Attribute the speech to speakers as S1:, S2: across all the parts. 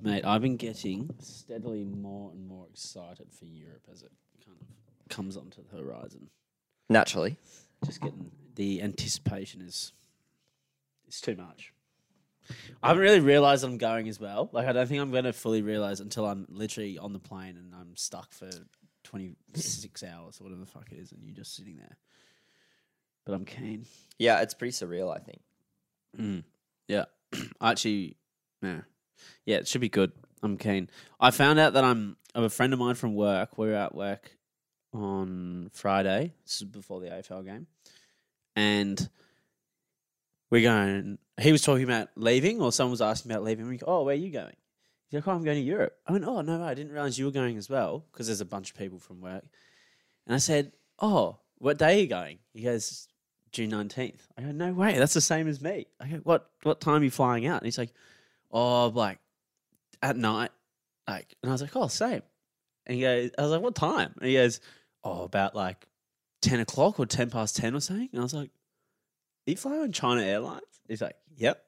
S1: Mate, I've been getting steadily more and more excited for Europe as it kind of comes onto the horizon.
S2: Naturally.
S1: Just getting the anticipation is it's too much. I haven't really realized I'm going as well. Like I don't think I'm going to fully realize until I'm literally on the plane and I'm stuck for 26 hours or whatever the fuck it is and you're just sitting there. But I'm keen.
S2: Yeah, it's pretty surreal, I think.
S1: Mm. Yeah. Actually, yeah. Yeah, it should be good. I'm keen. I found out that I'm, I have a friend of mine from work. We were at work on Friday. This is before the AFL game. And we're going, he was talking about leaving, or someone was asking about leaving. We go, oh, where are you going? He's like, oh, I'm going to Europe. I went, oh, no, I didn't realize you were going as well, because there's a bunch of people from work. And I said, oh, what day are you going? He goes, June 19th. I go, no way, that's the same as me. I go, what, what time are you flying out? And he's like, oh, like at night. Like, and I was like, oh, same. And he goes, I was like, what time? And he goes, oh, about like 10 o'clock or 10 past 10 or something. And I was like, are you flying on China Airlines? He's like, yep.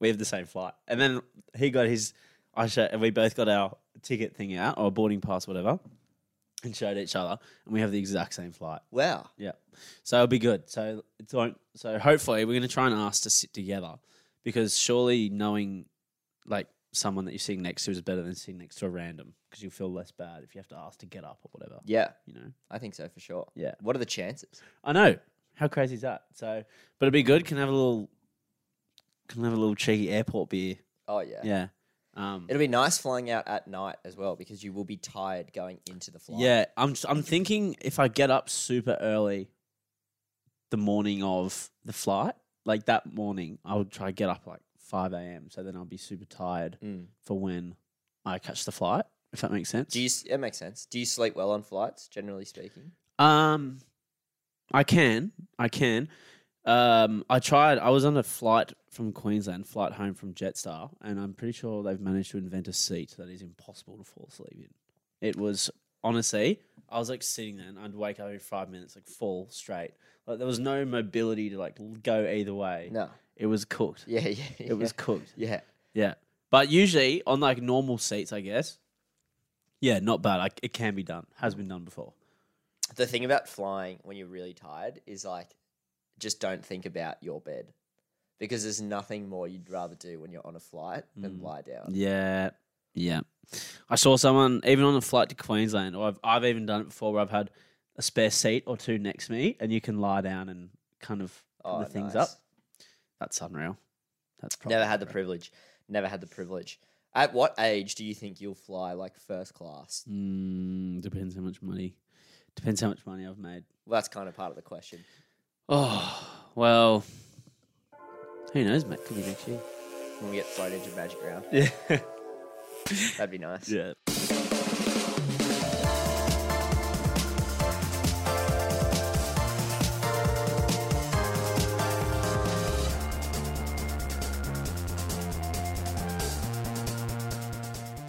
S1: We have the same flight. And then he got his, I showed, and we both got our ticket thing out or boarding pass, whatever, and showed each other. And we have the exact same flight.
S2: Wow.
S1: Yeah. So it'll be good. So it won't, so hopefully we're going to try and ask to sit together because surely knowing like someone that you're sitting next to is better than sitting next to a random because you'll feel less bad if you have to ask to get up or whatever.
S2: Yeah,
S1: You know.
S2: I think so for sure.
S1: Yeah.
S2: What are the chances?
S1: I know. How crazy is that? So, but it'd be good. Can have a little, can have a little cheeky airport beer.
S2: Oh, yeah.
S1: Yeah. Um,
S2: It'll be nice flying out at night as well because you will be tired going into the flight.
S1: Yeah, I'm s- I'm thinking if I get up super early the morning of the flight, like that morning, I would try to get up like 5 a.m. So then I'll be super tired
S2: Mm.
S1: for when I catch the flight, if that makes sense.
S2: Do you, s- it makes sense. Do you sleep well on flights, generally speaking?
S1: Um, I can, I can. Um, I tried. I was on a flight from Queensland, flight home from Jetstar, and I'm pretty sure they've managed to invent a seat that is impossible to fall asleep in. It was honestly, I was like sitting there, and I'd wake up every five minutes, like fall straight. Like there was no mobility to like l- go either way.
S2: No.
S1: It was cooked.
S2: Yeah, yeah. yeah.
S1: It was cooked.
S2: Yeah.
S1: Yeah, but usually on like normal seats, I guess. Yeah, not bad. Like it can be done. Has been done before.
S2: The thing about flying when you're really tired is like, just don't think about your bed because there's nothing more you'd rather do when you're on a flight than lie down.
S1: Mm. Yeah, yeah. I saw someone even on a flight to Queensland, or I've I've even done it before, where I've had a spare seat or two next to me, and you can lie down and kind of
S2: Oh,
S1: the things
S2: nice.
S1: up. That's unreal. That's probably
S2: Never had the privilege. Never had the privilege. At what age do you think you'll fly like first class?
S1: Mm, depends how much money. Depends how much money I've made.
S2: Well, that's kind of part of the question.
S1: Oh well, who knows, mate? Could be next year.
S2: When we get thrown into Magic Round,
S1: Yeah,
S2: that'd be nice.
S1: yeah.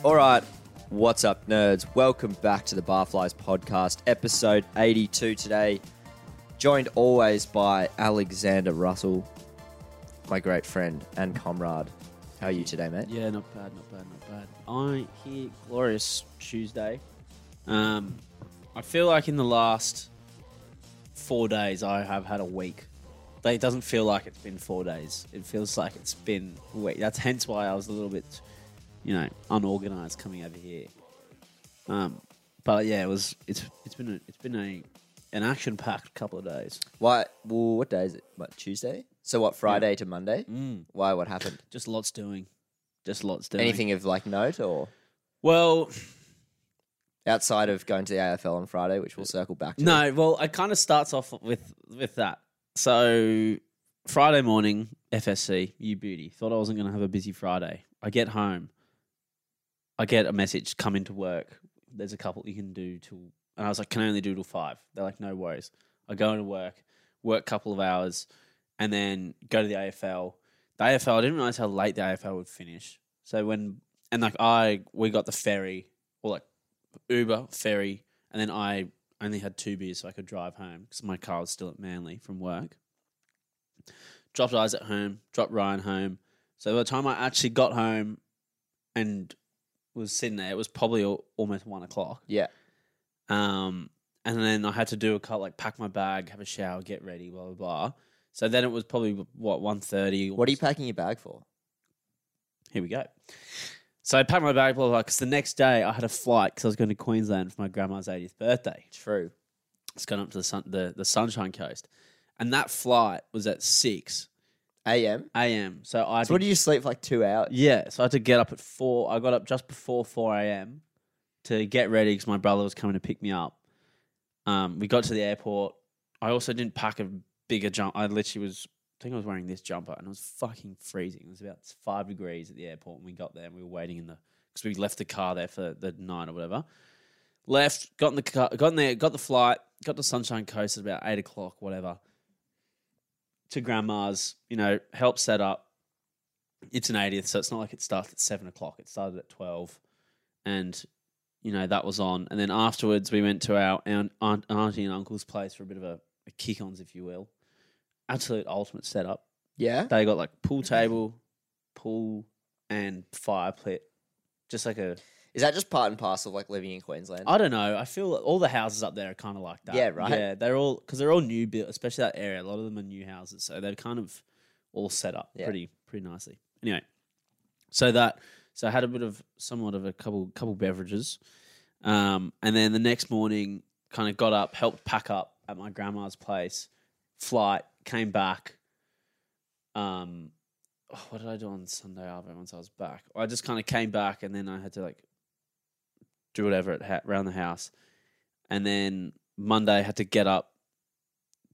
S2: All right, what's up, nerds? Welcome back to the Barflies podcast, episode 82 today. Joined always by Alexander Russell, my great friend and comrade. How are you today, mate?
S1: Yeah, not bad, not bad, not bad. I hear glorious Tuesday. Um, I feel like in the last four days, I have had a week. But it doesn't feel like it's been four days. It feels like it's been a week. That's hence why I was a little bit, you know, unorganized coming over here. Um, but yeah, it was. It's it's been a, it's been a an action packed couple of days.
S2: Why? Well, what day is it? What Tuesday? So what? Friday to Monday?
S1: Mm.
S2: Why? What happened?
S1: Just lots doing. Just lots doing.
S2: Anything of like note or
S1: Well,
S2: outside of going to the AFL on Friday, which we'll circle back to?
S1: No, well, it kind of starts off with with that. So Friday morning, FSC, you beauty. Thought I wasn't going to have a busy Friday. I get home, I get a message, come into work. There's a couple you can do till, and I was like, can I only do till five? They're like, no worries. I go into work, work a couple of hours, and then go to the AFL. The AFL, I didn't realize how late the AFL would finish. So when and like I, we got the ferry or like Uber ferry, and then I only had two beers so I could drive home because my car was still at Manly from work. Dropped eyes at home, dropped Ryan home. So by the time I actually got home, and was sitting there. It was probably al- almost one o'clock.
S2: Yeah.
S1: Um, and then I had to do a cut, like pack my bag, have a shower, get ready, blah blah blah. So then it was probably what one thirty.
S2: What are you packing your bag for?
S1: Here we go. So I packed my bag, blah blah. Because the next day I had a flight because I was going to Queensland for my grandma's eightieth birthday.
S2: True.
S1: It's going up to the sun, the, the Sunshine Coast, and that flight was at six
S2: AM.
S1: a.m. So I had
S2: So
S1: to
S2: what do you sleep for like two hours?
S1: Yeah, so I had to get up at four. I got up just before four a.m. to get ready because my brother was coming to pick me up. Um, we got to the airport. I also didn't pack a bigger jump. I literally was, I think I was wearing this jumper, and it was fucking freezing. It was about five degrees at the airport when we got there, and we were waiting in the because we left the car there for the night or whatever. Left, got in the car, got in there, got the flight, got to Sunshine Coast at about eight o'clock, whatever. To grandma's, you know, help set up it's an 80th, so it's not like it starts at seven o'clock. It started at 12. And, you know, that was on. And then afterwards, we went to our aunt, aunt, auntie and uncle's place for a bit of a, a kick ons, if you will. Absolute ultimate setup.
S2: Yeah.
S1: They got like pool table, pool, and fire pit. Just like a,
S2: Is that just part and parcel of like living in Queensland?
S1: I don't know. I feel all the houses up there are kind of like that.
S2: Yeah, right.
S1: Yeah, they're all because they're all new built, especially that area. A lot of them are new houses, so they're kind of all set up
S2: Yeah.
S1: pretty pretty nicely. Anyway, so that so I had a bit of somewhat of a couple couple beverages, um, and then the next morning, kind of got up, helped pack up at my grandma's place, flight came back. Um, oh, what did I do on Sunday after once I was back? I just kind of came back, and then I had to like do whatever at ha- around the house, and then Monday I had to get up,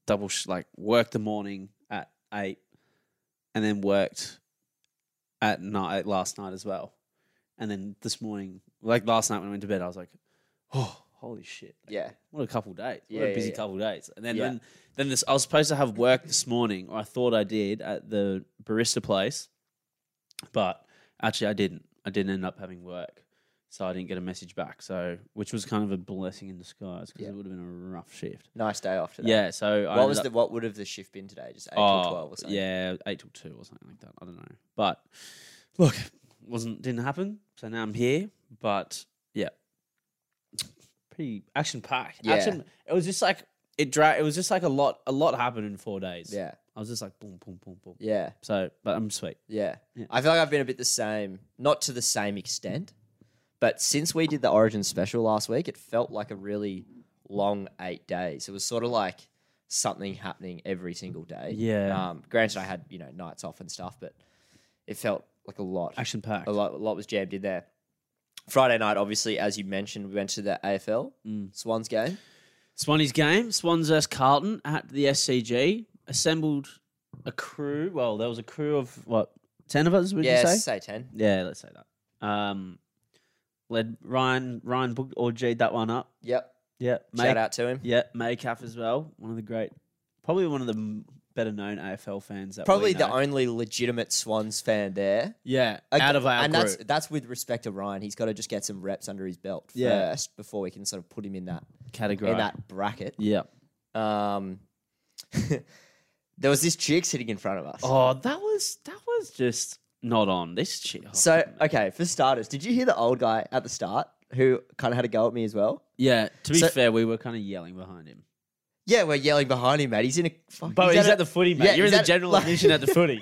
S1: double sh- like work the morning at eight, and then worked at night last night as well, and then this morning, like last night when I went to bed, I was like, oh, holy shit, like,
S2: yeah.
S1: what a couple days. What
S2: Yeah,
S1: a
S2: yeah,
S1: busy
S2: yeah.
S1: couple days. And then,
S2: Yeah.
S1: then then this I was supposed to have work this morning, or I thought I did at the barista place, but actually I didn't. I didn't end up having work. So I didn't get a message back. So which was kind of a blessing in disguise because
S2: Yeah.
S1: it would have been a rough shift.
S2: Nice day off today.
S1: Yeah, so I
S2: What was
S1: ended
S2: the
S1: up-
S2: what would have the shift been today? Just eight
S1: Oh,
S2: till twelve or something.
S1: Yeah, eight till two or something like that. I don't know. But look, wasn't didn't happen. So now I'm here. But yeah, pretty action packed.
S2: Yeah.
S1: Action. It was just like it. Dra- it was just like a lot. A lot happened in four days.
S2: Yeah.
S1: I was just like boom, boom, boom, boom.
S2: Yeah.
S1: So, but I'm sweet.
S2: Yeah.
S1: Yeah.
S2: I feel like I've been a bit the same, not to the same extent, but since we did the Origin special last week, it felt like a really long eight days. It was sort of like something happening every single day.
S1: Yeah.
S2: Um, granted, I had, you know, nights off and stuff, but it felt like a lot.
S1: Action packed.
S2: A lot, a lot was jammed in there. Friday night, obviously, as you mentioned, we went to the AFL
S1: Mm.
S2: Swans game.
S1: Swanee's game, Swans vs Carlton at the SCG. Assembled a crew. Well, there was a crew of what ten of us. Would
S2: yeah,
S1: you say?
S2: say 10.
S1: Yeah, let's say that. Um, led Ryan Ryan booked or G'd that one up.
S2: Yep.
S1: Yeah,
S2: Shout out to him.
S1: Yeah, Maycalf as well. One of the great, probably one of the m- better known AFL fans. That we
S2: Probably the
S1: know.
S2: only legitimate Swans fan there.
S1: Yeah,
S2: Ag-
S1: out of our
S2: and
S1: group.
S2: that's that's with respect to Ryan. He's got to just get some reps under his belt
S1: Yeah.
S2: first before we can sort of put him in that
S1: category.
S2: in that bracket.
S1: yeah.
S2: Um, there was this chick sitting in front of us.
S1: Oh, that was that was just not on this shit. Oh,
S2: So okay, for starters, did you hear the old guy at the start who kind of had a go at me as well?
S1: yeah. To be
S2: so-
S1: fair, we were kind of yelling behind him.
S2: Yeah, we're yelling behind him, mate. He's in a fucking.
S1: But he's at the footy, mate.
S2: yeah,
S1: You're in
S2: he's
S1: the
S2: at-
S1: general
S2: like-
S1: admission at the footy.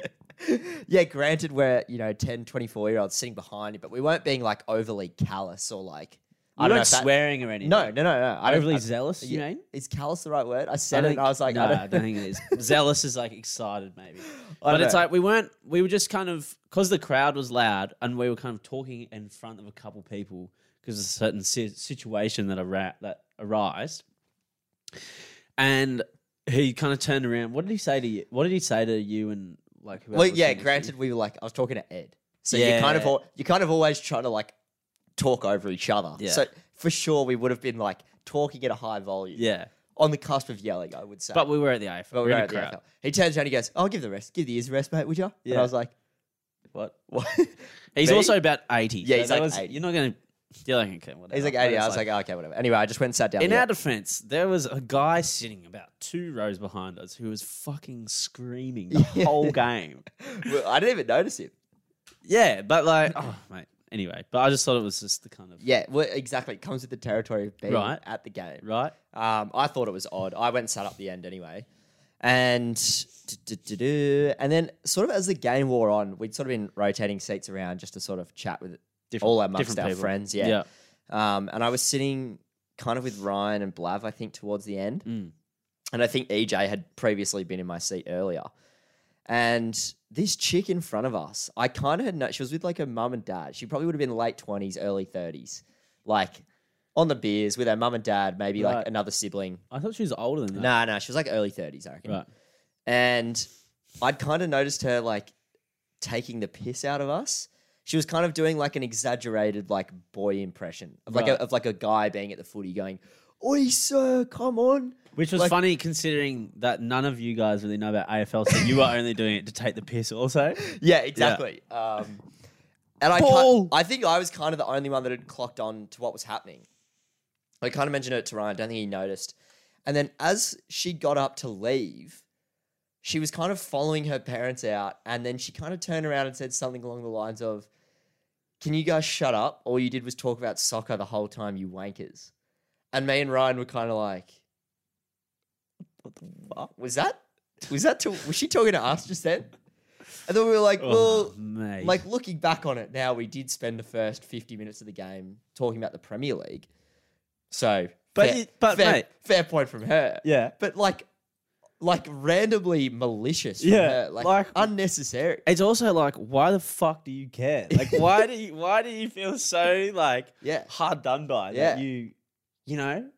S2: yeah, granted, we're, you know, 10, 24 year olds sitting behind him, but we weren't being like overly callous or like.
S1: I don't know swearing or anything.
S2: No, no, no, no. I don't-
S1: overly
S2: I-
S1: zealous. You
S2: yeah.
S1: mean?
S2: Is callous the right word? I
S1: I
S2: said it
S1: think-
S2: and I was like,
S1: nah,
S2: I don't,
S1: think it is. Zealous is like excited, maybe.
S2: I
S1: But
S2: don't
S1: it's
S2: know.
S1: like we weren't. We were just kind of because the crowd was loud, and we were kind of talking in front of a couple people because of a certain si- situation that ara- that arised. And he kind of turned around. What did he say to you? What did he say to you and like? whoever
S2: Well,
S1: was
S2: yeah.
S1: sitting next to
S2: Granted, we were like, I was talking to Ed, so you
S1: Yeah.
S2: kind of al- you kind of always try to like talk over each other.
S1: Yeah.
S2: So for sure, we would have been like talking at a high volume,
S1: you? Yeah,
S2: on the cusp of yelling. I would say,
S1: but we were at the AFL.
S2: But
S1: we were in
S2: were
S1: a
S2: at the
S1: crowd.
S2: AFL. He turns around, he goes, "I'll give the rest, give the ears a rest, mate, would you?" And I
S1: Yeah.
S2: was like,
S1: What?
S2: "What?"
S1: He's
S2: Me?
S1: also about eighty.
S2: Yeah, he's
S1: that
S2: like
S1: was-
S2: 80.
S1: You're not gonna. You're like okay. Whatever.
S2: He's like,
S1: But
S2: "Eddie,"
S1: it's
S2: I was like, "Okay, whatever." Anyway, I just went and sat down.
S1: In
S2: Yeah.
S1: our defense, there was a guy sitting about two rows behind us who was fucking screaming the
S2: Yeah.
S1: whole game.
S2: Well, I didn't even notice him.
S1: Yeah, but like, oh mate, Anyway, but I just thought it was just the kind of
S2: Yeah, well, exactly. It comes with the territory of being
S1: Right.
S2: at the game.
S1: right.
S2: Um, I thought it was odd. I went and sat up the end anyway. And du-du-du-du. and then sort of as the game wore on, we'd sort of been rotating seats around just to sort of chat with all amongst
S1: different
S2: our
S1: people.
S2: friends.
S1: Yeah.
S2: Yeah. Um, and I was sitting kind of with Ryan and Blav, I think, towards the end.
S1: Mm.
S2: And I think EJ had previously been in my seat earlier. And this chick in front of us, I kind of had no, she was with like her mum and dad. She probably would have been late 20s, early 30s, like on the beers with her mum and dad, maybe
S1: Right.
S2: like another sibling.
S1: I thought she was older than that.
S2: No, no, she was like early 30s, I reckon.
S1: Right.
S2: And I'd kind of noticed her like taking the piss out of us. She was kind of doing like an exaggerated like boy impression of like
S1: Right.
S2: a, of like a guy being at the footy going, "Oi, sir, come on."
S1: Which was
S2: Like-
S1: funny considering that none of you guys really know about AFL, so you were only doing it to take the piss also.
S2: Yeah, exactly. Um, and I, ki-
S1: Ball.
S2: I think I was kind of the only one that had clocked on to what was happening. I kind of mentioned it to Ryan. Don't think he noticed. And then as she got up to leave, she was kind of following her parents out, and then she kind of turned around and said something along the lines of, "Can you guys shut up? All you did was talk about soccer the whole time, you wankers." And me and Ryan were kind of like, "What the fuck was that? Was that to, was she talking to us just then?" And then we were like, "Well,
S1: oh, mate.
S2: like looking back on it now, we did spend the first 50 minutes of the game talking about the Premier League. So,
S1: But
S2: fair,
S1: you- but,
S2: fair,
S1: mate.
S2: fair point from her.
S1: yeah.
S2: But like, like randomly malicious. From
S1: Yeah,
S2: her, like,
S1: like-
S2: unnecessary.
S1: It's also like, why the fuck do you care? Like, why do you why do you feel so like
S2: Yeah.
S1: hard done by
S2: Yeah.
S1: that you you know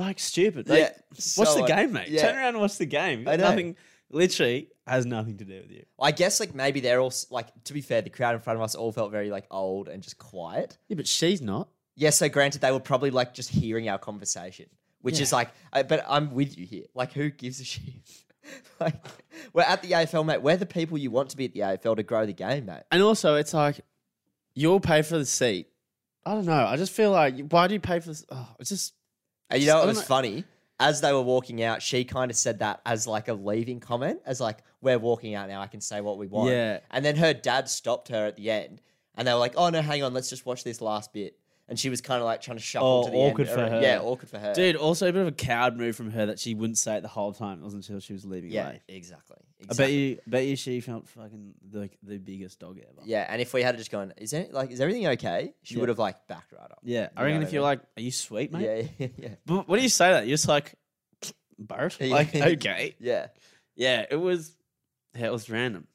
S1: like stupid? Like,
S2: yeah.
S1: Watch
S2: so
S1: the
S2: un-
S1: game, mate.
S2: yeah.
S1: Turn around and watch the game.
S2: I know.
S1: Nothing literally has nothing to do with you.
S2: I guess like maybe they're all s- like to be fair, the crowd in front of us all felt very like old and just quiet.
S1: Yeah, but she's not.
S2: Yes, so granted, they were probably like just hearing our conversation, which is like, I, but I'm with you here. Like, who gives a shit? like, we're at the AFL, mate. We're the people you want to be at the AFL to grow the game, mate.
S1: And also, it's like you'll pay for the seat. I don't know. I just feel like why do you pay for this? Oh, it's just
S2: And you know,
S1: I
S2: what
S1: don't
S2: was funny. As they were walking out, she kind of said that as like a leaving comment, as like, we're walking out now, I can say what we want.
S1: Yeah.
S2: And then her dad stopped her at the end and they were like, oh, no, hang on, let's just watch this last bit. And she was kind of like trying to shuffle
S1: Oh,
S2: to the
S1: awkward
S2: end.
S1: for her.
S2: Yeah, awkward for her.
S1: dude. Also, a bit of a coward move from her that she wouldn't say it the whole time. It wasn't until she was leaving.
S2: Yeah,
S1: away.
S2: exactly.
S1: I
S2: exactly.
S1: bet you. Bet you she felt fucking like the biggest dog ever.
S2: Yeah, and if we had just gone, is it like is everything okay? She
S1: Yeah.
S2: would have like backed right up.
S1: Yeah, I
S2: You know
S1: reckon
S2: what
S1: if
S2: I
S1: you're
S2: mean?
S1: like, "Are you sweet, mate?"
S2: Yeah, yeah, yeah.
S1: But what do you say that? You're just like, "Bart,"
S2: Yeah.
S1: like, okay,
S2: yeah.
S1: yeah. It was, yeah, it was random.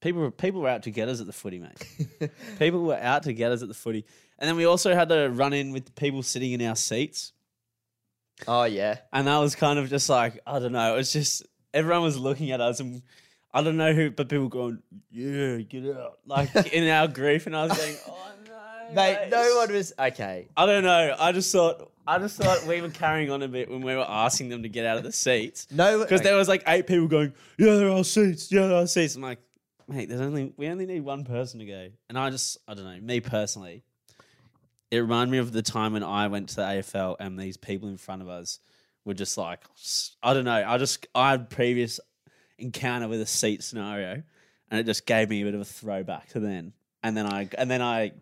S1: People, were, people were out to get us at the footy, mate. people were out to get us at the footy, and then we also had to run in with the people sitting in our seats,
S2: Oh yeah.
S1: and that was kind of just like, I don't know. It was just everyone was looking at us, and I don't know who, but people going, "Yeah, get out!" Like in our grief, and I was going, "Oh no,
S2: Mate, no one was okay.
S1: I don't know. I just thought I just thought we were carrying on a bit when we were asking them to get out of the seats
S2: No
S1: because there was like eight people going, "Yeah, there are seats. Yeah, there are seats." I'm like, mate, there's only we only need one person to go, and I just I don't know. Me personally, it reminded me of the time when I went to the AFL and these people in front of us were just like, s- I don't know. I just I had previous encounter with a seat scenario, and it just gave me a bit of a throwback to then. And then I and then I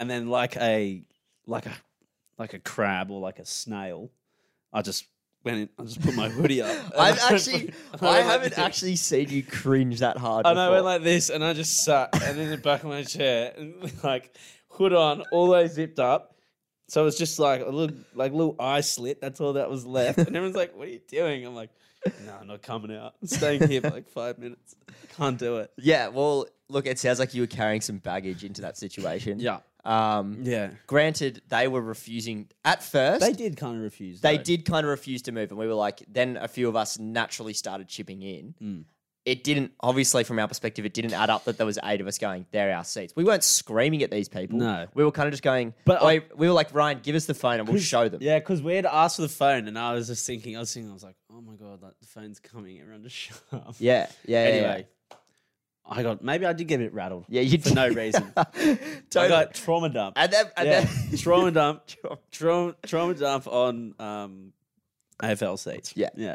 S1: and then like a like a like a crab or like a snail, I just went in. I just put my hoodie up. and
S2: I've
S1: I
S2: actually
S1: went
S2: I
S1: like
S2: haven't
S1: this.
S2: actually seen you cringe that hard.
S1: And I
S2: before.
S1: went like this, and I just sat and in the back of my chair, and like hood on, all the way zipped up. So it was just like a little, like little eye slit. That's all that was left. And everyone's like, "What are you doing?" I'm like, "No, I'm not coming out. I'm staying here for like five minutes. Can't do it."
S2: Yeah, well, look, it sounds like you were carrying some baggage into that situation. Um
S1: yeah.
S2: granted they were refusing at first.
S1: They did kind of refuse.
S2: they
S1: though.
S2: did kind of refuse to move, and we were like, then a few of us naturally started chipping in.
S1: Mm.
S2: It didn't, obviously, from our perspective, it didn't add up that there was eight of us going, they're our seats. We weren't screaming at these people.
S1: No.
S2: We were kind of just going,
S1: But
S2: but
S1: I-
S2: we were like, Ryan, give us the phone and we'll show them.
S1: Yeah, because we had asked for the phone, and I was just thinking, I was thinking, I was like, "Oh my god, like the phone's coming. Everyone just shut up."
S2: Yeah. Yeah. yeah,
S1: Anyway, I got maybe I did get a bit rattled.
S2: Yeah, you
S1: for no
S2: did.
S1: reason.
S2: yeah.
S1: I
S2: totally.
S1: got trauma dump.
S2: and then, and
S1: yeah,
S2: then
S1: trauma dump, trauma, trauma dump on um, AFL seats.
S2: Yeah.
S1: yeah.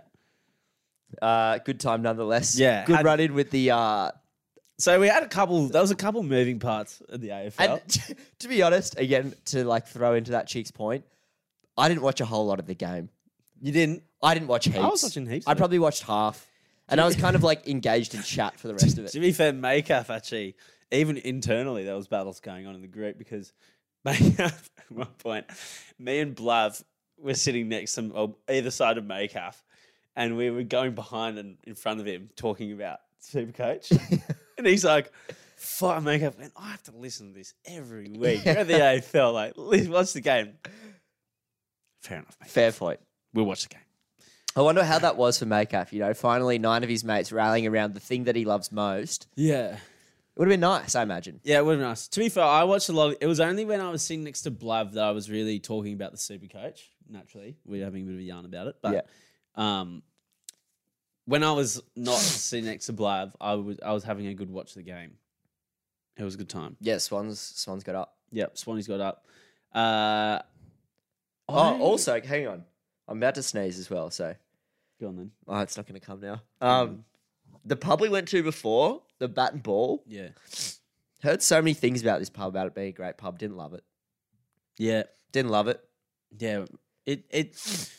S2: uh, good time nonetheless.
S1: Yeah,
S2: Good
S1: had-
S2: run in with the uh,
S1: So we had a couple. There was a couple moving parts in the AFL.
S2: And to be honest, again, to like throw into that chick's point, I didn't watch a whole lot of the game.
S1: you didn't.
S2: I didn't watch heaps.
S1: I was watching heaps
S2: I
S1: of it.
S2: probably watched half, and I was kind of like engaged in chat for the rest of it.
S1: To be fair, Makaf actually, even internally, there was battles going on in the group because Makaf, at one point, me and Blav were sitting next to or either side of Makaf, and we were going behind and in front of him talking about Supercoach, and he's like. Fuck makeup, man! I have to listen to this every week. You're at the AFL, like, li- watch the game. Fair enough, mate.
S2: Fair point.
S1: We'll watch the game.
S2: I wonder how that was for Makaf. You know, finally nine of his mates rallying around the thing that he loves most.
S1: Yeah.
S2: It would have been nice, I imagine.
S1: Yeah, it would have been nice. To be fair, I watched a lot. It was only when I was sitting next to Blav that I was really talking about the super coach. Naturally, we are having a bit of a yarn about it. But um, when I was not sitting next to Blav, I was I was having a good watch of the game. It was a good time.
S2: Yeah, Swans. Swans got up.
S1: Yep, Swanee's got up. Uh,
S2: Oh, also, hang on. I'm about to sneeze as well, so
S1: go on then.
S2: oh, it's not going to come now. Um, the pub we went to before the Bat and Ball
S1: Yeah,
S2: heard so many things about this pub about it being a great pub. Didn't love it.
S1: yeah,
S2: Didn't love it.
S1: yeah. It it.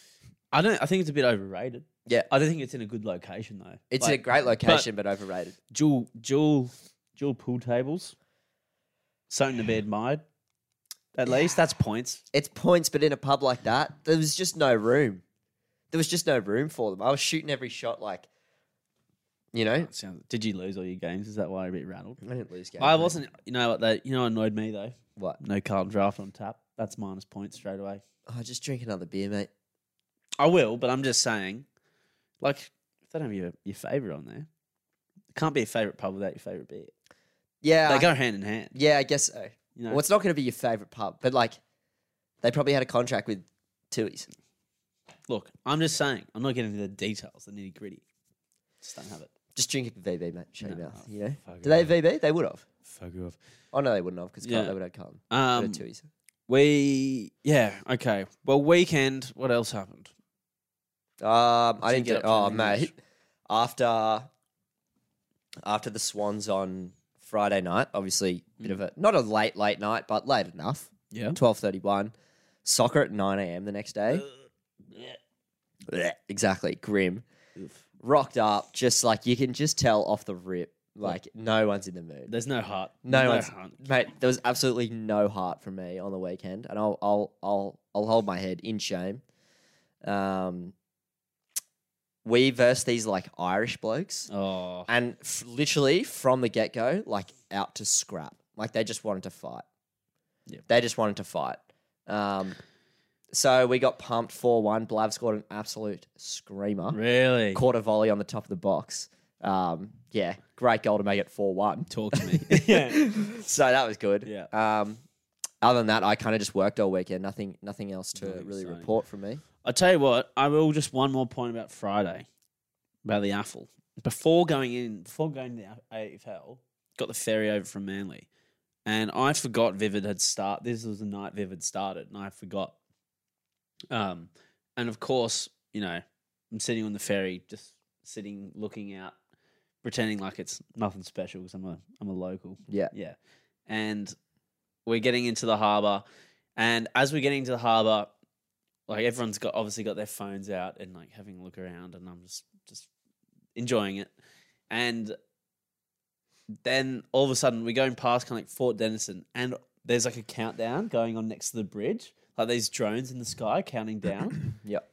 S1: I don't. I think it's a bit overrated.
S2: Yeah.
S1: I don't think it's in a good location though.
S2: It's
S1: a
S2: a great location, but, overrated.
S1: dual dual dual pool tables. Something to be admired. At least that's points.
S2: It's points, but in a pub like that, there was just no room. There was just no room for them. I was shooting every shot like, you know,
S1: Sounds- Did you lose all your games? Is that why you're a bit rattled?
S2: I didn't lose game.
S1: I wasn't. You know what? That you know annoyed me though.
S2: What?
S1: No Carlton draft on tap. That's minus points straight away.
S2: Oh, just drink another beer, mate.
S1: I will, but I'm just saying, like, if they don't have your, your favorite on there, it can't be a favorite pub without your favorite beer.
S2: Yeah,
S1: They
S2: I-
S1: go hand in hand.
S2: yeah, I guess so.
S1: You know,
S2: Well, it's not going to be your favorite pub, but like, they probably had a contract with Tui's.
S1: look, I'm just saying, I'm not getting into the details, the nitty gritty. Just don't have it.
S2: Just drink it VB, mate. Shut your
S1: No,
S2: mouth. You know,
S1: fuck
S2: do they have VB? They would have.
S1: Fuck off.
S2: Oh no, they wouldn't have because
S1: Yeah.
S2: they would have Carlton. They would
S1: Um,
S2: have Tui's.
S1: We yeah okay. Well, weekend. What else happened?
S2: Um, I
S1: Did you
S2: didn't
S1: get
S2: get.
S1: up
S2: Oh
S1: to the English?
S2: mate, after after the Swans on Friday night, obviously bit of a not a late late night, but late enough.
S1: Mm. Yeah. Uh.
S2: Twelve thirty one. Soccer at nine a.m. the next day. Blech, exactly, grim. Rocked up, just like you can just tell off the rip. Like no one's in the mood.
S1: There's no heart.
S2: No, one's,
S1: heart.
S2: mate. There was absolutely no heart from me on the weekend, and I'll I'll I'll I'll hold my head in shame. Um, we versed these like Irish blokes,
S1: Oh,
S2: and f- literally from the get go, like out to scrap. Like they just wanted to fight.
S1: Yep.
S2: They just wanted to fight. Um, so we got pumped four one. Blav scored an absolute screamer,
S1: really?
S2: quarter volley on the top of the box. Um, yeah, great goal to make it four one
S1: Talk to me. yeah.
S2: so that was good.
S1: Yeah.
S2: Um, other than that, I kind of just worked all weekend. Nothing, nothing else to
S1: Nothing
S2: really
S1: exciting.
S2: report from me.
S1: I tell you what. I will just one more point about Friday, about the AFL. Before going in, before going to the AFL, got the ferry over from Manly, and I forgot Vivid had start. This was the night Vivid started, and I forgot. Um, and of course, you know, I'm sitting on the ferry, just sitting, looking out, pretending like it's nothing special because I'm a I'm a local.
S2: Yeah.
S1: yeah. And we're getting into the harbour, and as we're getting into the harbour, like everyone's got obviously got their phones out and like having a look around, and I'm just just enjoying it. And then all of a sudden, we're going past kind of like Fort Denison, and there's like a countdown going on next to the bridge, like these drones in the sky counting down.
S2: Yep.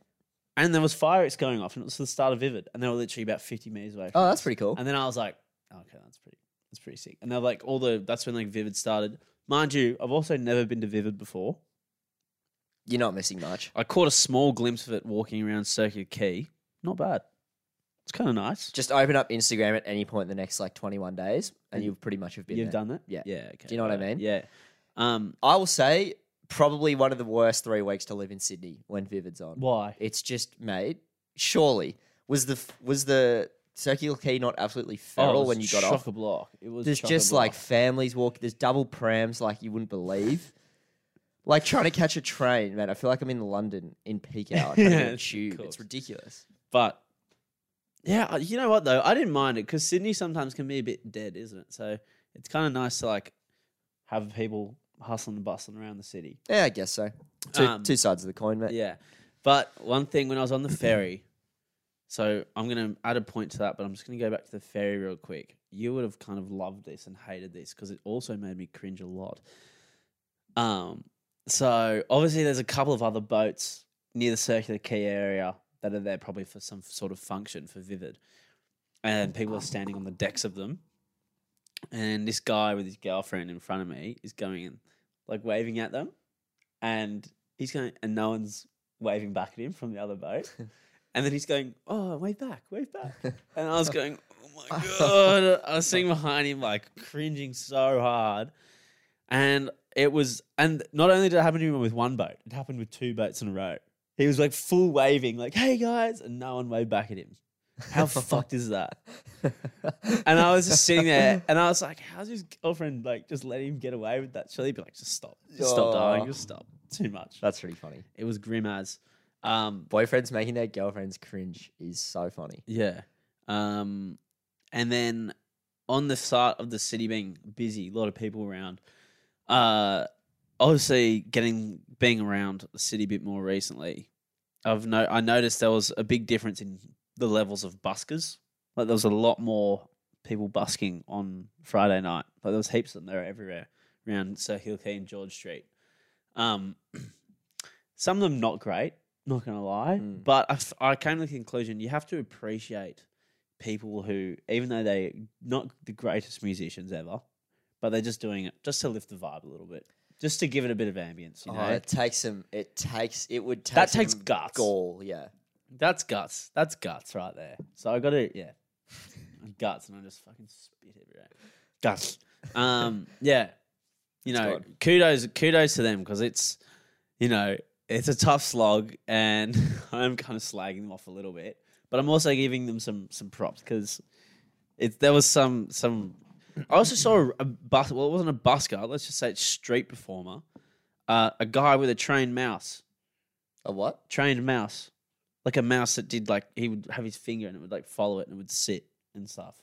S1: And there was fireworks going off, and it was the start of Vivid, and they were literally about fifty meters away. from
S2: Oh,
S1: us.
S2: that's pretty cool.
S1: And then I was like, okay, that's pretty, that's pretty sick. And they're like, all the that's when like Vivid started. Mind you, I've also never been to Vivid before.
S2: You're not missing much.
S1: I caught a small glimpse of it walking around Circuit Quay. Not bad. It's kind of nice.
S2: Just open up Instagram at any point in the next like 21 days, and you pretty much have been.
S1: You've
S2: there.
S1: done that,
S2: Yeah.
S1: yeah. Okay,
S2: Do you know what I
S1: right.
S2: mean?
S1: Yeah. Um,
S2: I will say probably one of the worst three weeks to live in Sydney when Vivid's on.
S1: why?
S2: It's just mate. Surely was the f- was the circular key not absolutely
S1: Oh,
S2: feral when you got
S1: shock
S2: off?
S1: a block. It was
S2: There's just
S1: chock-a-block.
S2: like families walking. There's double prams like you wouldn't believe. Like trying to catch a train, man. I feel like I'm in London in peak hour. Trying to
S1: Yeah,
S2: get a
S1: it's- of
S2: tube. It's
S1: course.
S2: ridiculous.
S1: But Yeah, I- you know what though? I didn't mind it because Sydney sometimes can be a bit dead, isn't it? So it's kind of nice to like have people hustling and bustling around the city.
S2: Yeah, I guess so. Two,
S1: Um,
S2: two sides of the coin, mate.
S1: Yeah. But one thing when I was on the ferry, so I'm going to add a point to that, but I'm just going to go back to the ferry real quick. You would have kind of loved this and hated this because it also made me cringe a lot. Um, so obviously there's a couple of other boats near the circular quay area that are there probably for some sort of function for Vivid. And people are standing on the decks of them. And this guy with his girlfriend in front of me is going and like waving at them. And he's going, and no one's waving back at him from the other boat. And then he's going, oh, wave back, wave back. And I was going, oh my God. I was sitting behind him, like cringing so hard. And it was, and not only did it happen to him with one boat, it happened with two boats in a row. He was like full waving, like, hey guys. And no one waved back at him. How fucked is that? And I was just sitting there and I was like, how's his girlfriend like just letting him get away with that? She'll be like, just stop. Just stop, darling.
S2: Aw.
S1: Just stop. Too much.
S2: That's pretty funny.
S1: It was grim as. Um,
S2: Boyfriends making their girlfriends cringe is so funny.
S1: yeah. Um, and then on the side of the city being busy, a lot of people around. Uh, obviously, getting being around the city a bit more recently, I've no I noticed there was a big difference in the levels of buskers. Like there was a lot more people busking on Friday night. Like there was heaps of them there everywhere around Sir Hill Key and George Street. Um, some of them not great, not gonna lie.
S2: Mm.
S1: But I, f- I came to the conclusion you have to appreciate people who, even though they're not the greatest musicians ever, but they're just doing it just to lift the vibe a little bit, just to give it a bit of ambience. You know,
S2: Oh, it takes them. It takes. It would take
S1: That takes
S2: some
S1: guts.
S2: Gall, yeah.
S1: That's guts. That's guts right there. So I got to yeah, guts, and I just fucking spit everywhere. Guts. Um, yeah, you know,
S2: It's
S1: kudos, kudos to them because it's, you know, it's a tough slog, and I'm kind of slagging them off a little bit, but I'm also giving them some some props because it there was some some. I also saw a, a bus. Well, it wasn't a busker. Let's just say it's street performer. Uh, a guy with a trained mouse
S2: A what?
S1: trained mouse, like a mouse that did like he would have his finger and it would like follow it and it would sit and stuff.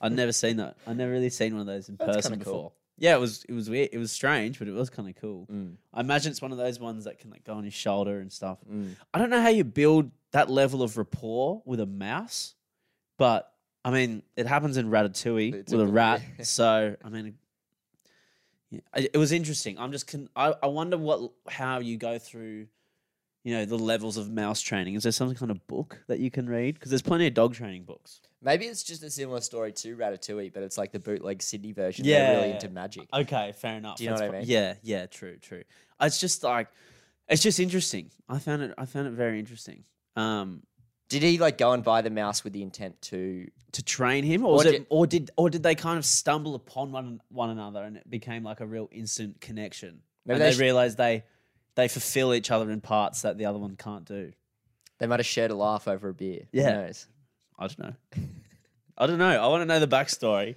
S1: I'd never seen that. I never really seen one of those in
S2: That's
S1: person
S2: kinda
S1: before.
S2: cool.
S1: Yeah, it was it was weird. It was strange, but it was kind of cool.
S2: Mm,
S1: I imagine it's one of those ones that can like go on his shoulder and stuff.
S2: mm.
S1: I don't know how you build that level of rapport with a mouse, but I mean, it happens in Ratatouille
S2: It's a
S1: with a
S2: bit-
S1: rat. so I mean, yeah, I- it was interesting. I'm just, con- I, I wonder what, how you go through, you know, the levels of mouse training. Is there some kind of book that you can read? Because there's plenty of dog training books.
S2: Maybe it's just a similar story to Ratatouille, but it's like the bootleg Sydney version. Yeah, they're really
S1: Yeah.
S2: into magic.
S1: Okay, fair enough.
S2: Do you know
S1: That's
S2: what I
S1: pro-
S2: mean?
S1: Yeah, yeah, true, true. It's just like, it's just interesting. I found it, I found it very interesting. Um,
S2: Did he like go and buy the mouse with the intent to?
S1: to train him, or,
S2: Or
S1: was it,
S2: did-
S1: or did or did they kind of stumble upon one one another and it became like a real instant connection?
S2: Maybe
S1: and
S2: they
S1: they,
S2: sh-
S1: realized they they fulfill each other in parts that the other one can't do.
S2: They might have shared a laugh over a beer.
S1: Yeah.
S2: Who knows?
S1: I don't know. I don't know. I want to know the backstory.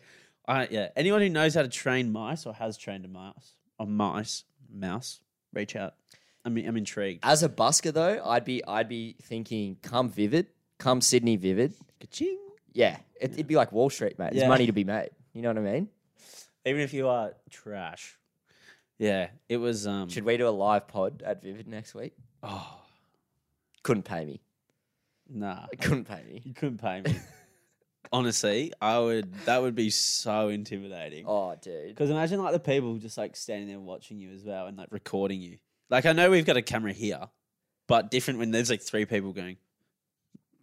S1: I yeah. Anyone who knows how to train mice or has trained a mouse or mice mouse, reach out. I mean, I'm intrigued.
S2: As a busker though, I'd be I'd be thinking, come vivid, come Sydney vivid.
S1: Ka-ching.
S2: Yeah, it, it'd be like Wall Street, mate. There's
S1: Yeah.
S2: money to be made. You know what I mean?
S1: Even if you are trash. Yeah, it was. Um,
S2: Should we do a live pod at Vivid next week?
S1: oh
S2: Couldn't pay me.
S1: nah.
S2: Couldn't pay me.
S1: You couldn't pay me. Honestly, I would. That would be so intimidating.
S2: Oh, dude.
S1: Because imagine like the people just like standing there watching you as well and like recording you. Like I know we've got a camera here, but different when there's like three people going.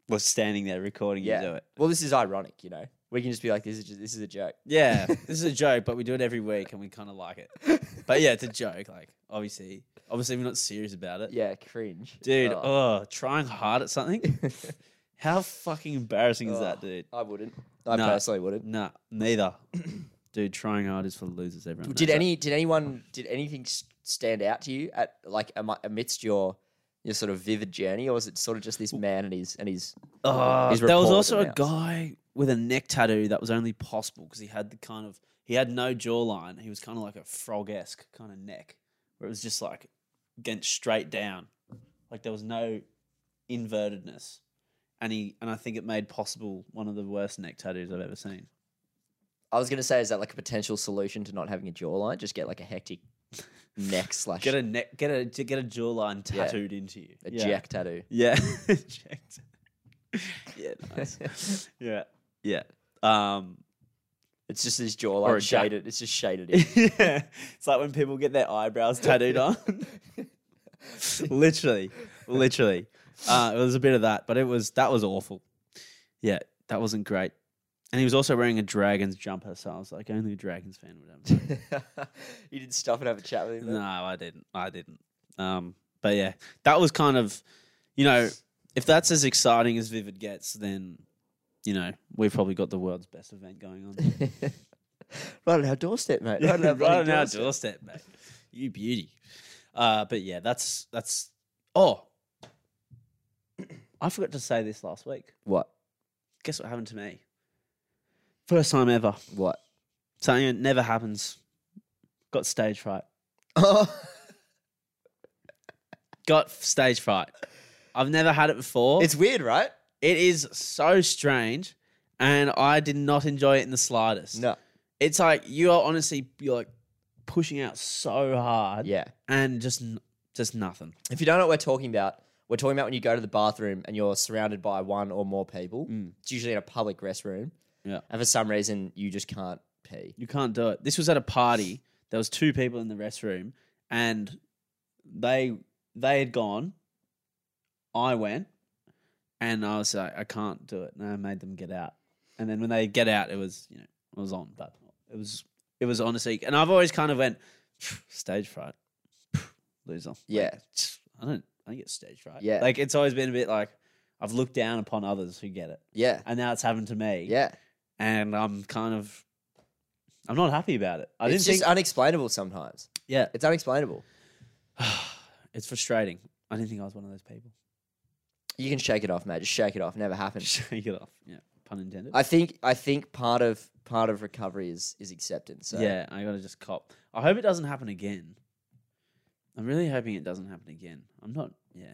S1: We're standing there recording
S2: Yeah.
S1: you do it.
S2: Well, this is ironic. You know, we can just be like, this is just, this is a joke.
S1: Yeah, this is a joke, but we do it every week and we kind of like it. But yeah, it's a joke. Like obviously, obviously we're not serious about it.
S2: Yeah, cringe,
S1: Dude,
S2: Oh.
S1: oh, trying hard at something? How fucking embarrassing is that,
S2: Oh,
S1: dude?
S2: I wouldn't. I
S1: No.
S2: personally wouldn't.
S1: Nah, neither. Dude, trying hard is for losers. Everyone. knows
S2: Did
S1: that.
S2: any did anyone did anything s- stand out to you at like ami- amidst your your sort of vivid journey, or was it sort of just this man and his and his?
S1: Oh,
S2: his
S1: there was
S2: rapport with
S1: also
S2: the
S1: a
S2: mouse?
S1: guy with a neck tattoo that was only possible because he had the kind of he had no jawline. He was kind of like a frog esque kind of neck where it was just like against straight down, like there was no invertedness. and he and I think it made possible one of the worst neck tattoos I've ever seen.
S2: I was going to say, is that like a potential solution to not having a jawline? Just get like a hectic neck slash
S1: Get a neck, get a to get a jawline
S2: Yeah.
S1: tattooed into you.
S2: a
S1: yeah.
S2: jack tattoo.
S1: Yeah, checked. yeah, nice. yeah, yeah. Um,
S2: It's just his
S1: Or a
S2: jawline
S1: jack-
S2: shaded. It's just shaded in.
S1: yeah, it's like when people get their eyebrows tattooed on. literally, literally. Uh, it was a bit of that, but it was that was awful. Yeah, that wasn't great. And he was also wearing a Dragons jumper, so I was like, only a Dragons fan would have. that.
S2: you didn't stop and have a chat with him. though?
S1: no, I didn't. I didn't. Um, but yeah, that was kind of, you know, if that's as exciting as Vivid gets, then you know we've probably got the world's best event going on.
S2: right on our doorstep, mate.
S1: right on our,
S2: bloody
S1: doorstep, mate. You beauty. Uh, but yeah, that's that's. Oh, I forgot to say this last week.
S2: What?
S1: Guess what happened to me? First time ever.
S2: What?
S1: Something that never happens. Got stage fright.
S2: Oh,
S1: Got stage fright. I've never had it before.
S2: it's weird, right?
S1: It is so strange, and I did not enjoy it in the slightest.
S2: No.
S1: It's like you are honestly you're like pushing out so hard,
S2: Yeah.
S1: and just n- just nothing.
S2: If you don't know what we're talking about, we're talking about when you go to the bathroom and you're surrounded by one or more people.
S1: Mm.
S2: It's usually in a public restroom.
S1: Yeah.
S2: And for some reason, you just can't pee.
S1: You can't do it. This was at a party. There was two people in the restroom, and they they had gone. I went, and I was like, I can't do it, and I made them get out. And then when they get out, it was you know it was on, but it was it was honestly, and I've always kind of went stage fright, loser. Like,
S2: Yeah.
S1: I don't I don't get stage fright.
S2: Yeah.
S1: like it's always been a bit like I've looked down upon others who get it,
S2: Yeah.
S1: and now it's happened to me
S2: Yeah.
S1: and I'm kind of I'm not happy about it. I didn't
S2: it's just
S1: think
S2: unexplainable sometimes.
S1: yeah,
S2: It's unexplainable.
S1: it's frustrating. I didn't think I was one of those people.
S2: You can shake it off, mate. Just shake it off. Never happened.
S1: Shake it off. Yeah, pun intended.
S2: I think I think part of part of recovery is is acceptance. So.
S1: Yeah, I gotta just cop. I hope it doesn't happen again. I'm really hoping it doesn't happen again. I'm not yeah.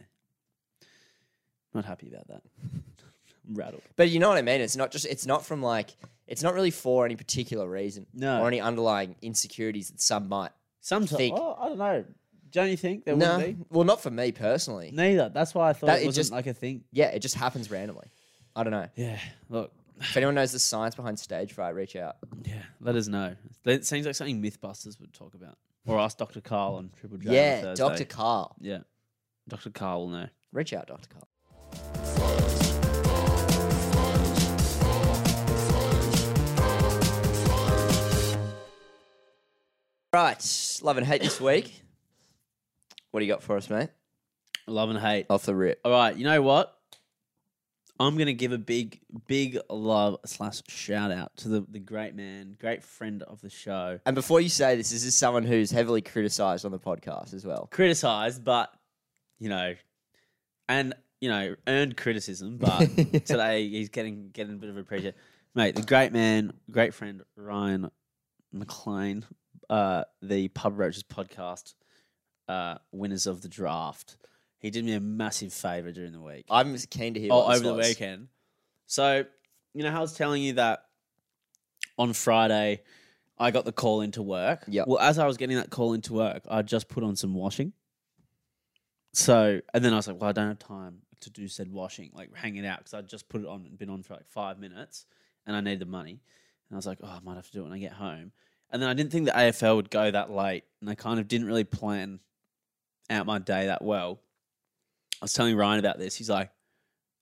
S1: Not happy about that. I'm rattled.
S2: But you know what I mean? It's not just it's not from like it's not really for any particular reason.
S1: No.
S2: Or any underlying insecurities that some might.
S1: Sometimes
S2: Think.
S1: oh, I don't know. Don't you think there
S2: no.
S1: wouldn't
S2: Well not for me personally.
S1: be? Neither. That's why I thought
S2: That-
S1: it
S2: it
S1: wasn't
S2: just-
S1: like a thing.
S2: Yeah, it just happens randomly. I don't know.
S1: Yeah. Look,
S2: If anyone knows the science behind stage fright, reach out.
S1: Yeah, let us know. It seems like something MythBusters would talk about, or ask Dr. Carl on Triple J. on
S2: yeah,
S1: Thursday.
S2: Dr. Carl.
S1: Yeah, Dr. Carl will know.
S2: Reach out, Dr. Carl. Right, love and hate this week. What do you got for us, mate?
S1: Love and hate.
S2: Off the rip.
S1: All right, you know what? I'm gonna give a big, big love slash shout out to the the great man, great friend of the show.
S2: And before you say this, this is someone who's heavily criticised on the podcast as well.
S1: Criticized, but you know, and you know, earned criticism, but today he's getting getting a bit of appreciation. Mate, the great man, great friend Ryan McLean, uh, the Pub Roaches podcast, uh, winners of the draft. He did me a massive favour during the week.
S2: I'm keen to hear.
S1: Oh,
S2: what this
S1: over the
S2: was.
S1: weekend. So, you know how I was telling you that on Friday I got the call into work.
S2: Yep.
S1: Well, as I was getting that call into work, I just put on some washing. So, and then I was like, well, I don't have time to do said washing, like hang it out, because I just put it on and been on for like five minutes, and I needed the money. And I was like, oh, I might have to do it when I get home. And then I didn't think the AFL would go that late, and I kind of didn't really plan out my day that well. I was telling Ryan about this. He's like,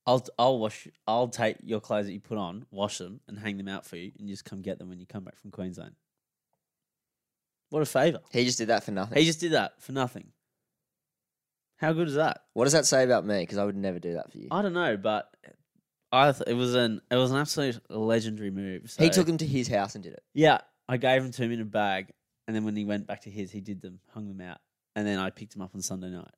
S1: I'll I'll wash I'll take your clothes that you put on, wash them, and hang them out for you, and you just come get them when you come back from Queensland. What a favour!
S2: He just did that for nothing.
S1: He just did that for nothing. How good is that?
S2: What does that say about me? Because I would never do that for you.
S1: I don't know, but I th- it was an it was an absolute legendary move. So.
S2: He took them to his house and did it.
S1: Yeah, I gave them to him in a bag, and then when he went back to his, he did them, hung them out, and then I picked them up on Sunday night.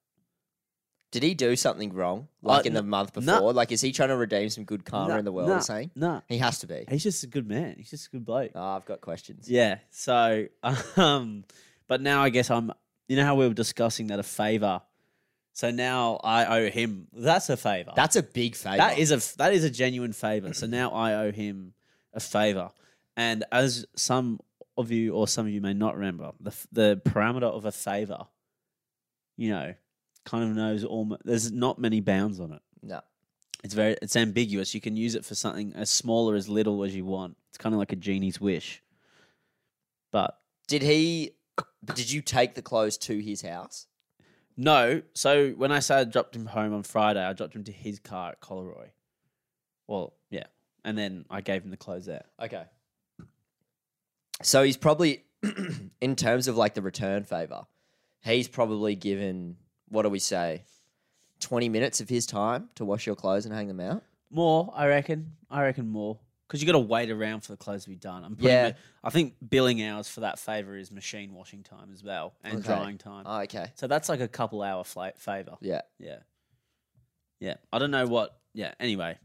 S2: Did he do something wrong, like in
S1: no-
S2: the month
S1: no.
S2: before? Like, is he trying to redeem some good karma
S1: Uh, Nah,
S2: in the world?
S1: nah,
S2: or Saying
S1: nah,
S2: he has to be.
S1: he's just a good man. He's just a good bloke.
S2: Oh, I've got questions.
S1: Yeah. So, um, but now I guess I'm. You know how we were discussing that a favor So now I owe him. That's a favor.
S2: That's a big favor.
S1: That is a that is a genuine favor. So now I owe him a favor. And as some of you or some of you may not remember, the f- the parameter of a favor, you know, kind of knows all. There's not many bounds on it.
S2: no.
S1: It's very it's ambiguous. You can use it for something as small or as little as you want. It's kind of like a genie's wish. But
S2: Did he? Did you take the clothes to his house?
S1: No. So when I say I dropped him home on Friday, I dropped him to his car at Coleroy. Well, yeah. And then I gave him the clothes there.
S2: Okay. So he's probably, in terms of like the return favor, he's probably given what do we say, twenty minutes of his time to wash your clothes and hang them out.
S1: More, I reckon. I reckon more. Because you got to wait around for the clothes to be done. I'm pretty
S2: Yeah.
S1: mu- I think billing hours for that favor is machine washing time as well and
S2: Okay.
S1: drying time.
S2: Oh, okay.
S1: so that's like a couple hour fla- favor.
S2: Yeah.
S1: Yeah. Yeah. I don't know what. Yeah. Anyway,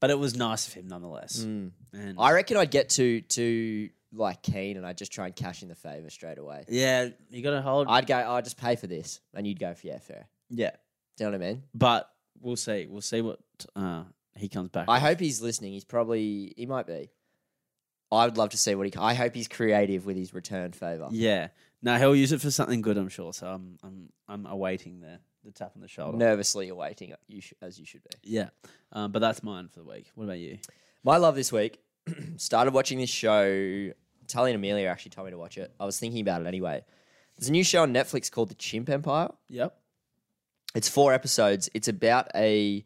S1: but it was nice of him nonetheless.
S2: Mm.
S1: And
S2: I reckon I'd get to to like keen and I'd just try and cash in the favor straight away.
S1: yeah, you got to hold.
S2: I'd go. I'd just pay for this, and you'd go for yeah, fair.
S1: yeah.
S2: Do you know what I mean?
S1: but we'll see. We'll see what uh, he comes back.
S2: I
S1: with.
S2: hope he's listening. He's probably he might be. I would love to see what he. I hope he's creative with his return favor.
S1: Yeah. No, he'll use it for something good. I'm sure. So I'm I'm I'm awaiting the the tap on the shoulder.
S2: Nervously awaiting it, you sh- as you should be.
S1: Yeah. Um, but that's mine for the week. What about you?
S2: My love this week started watching this show. Tully and Amelia actually told me to watch it. I was thinking about it anyway. There's a new show on Netflix called The Chimp Empire.
S1: Yep.
S2: It's four episodes. It's about a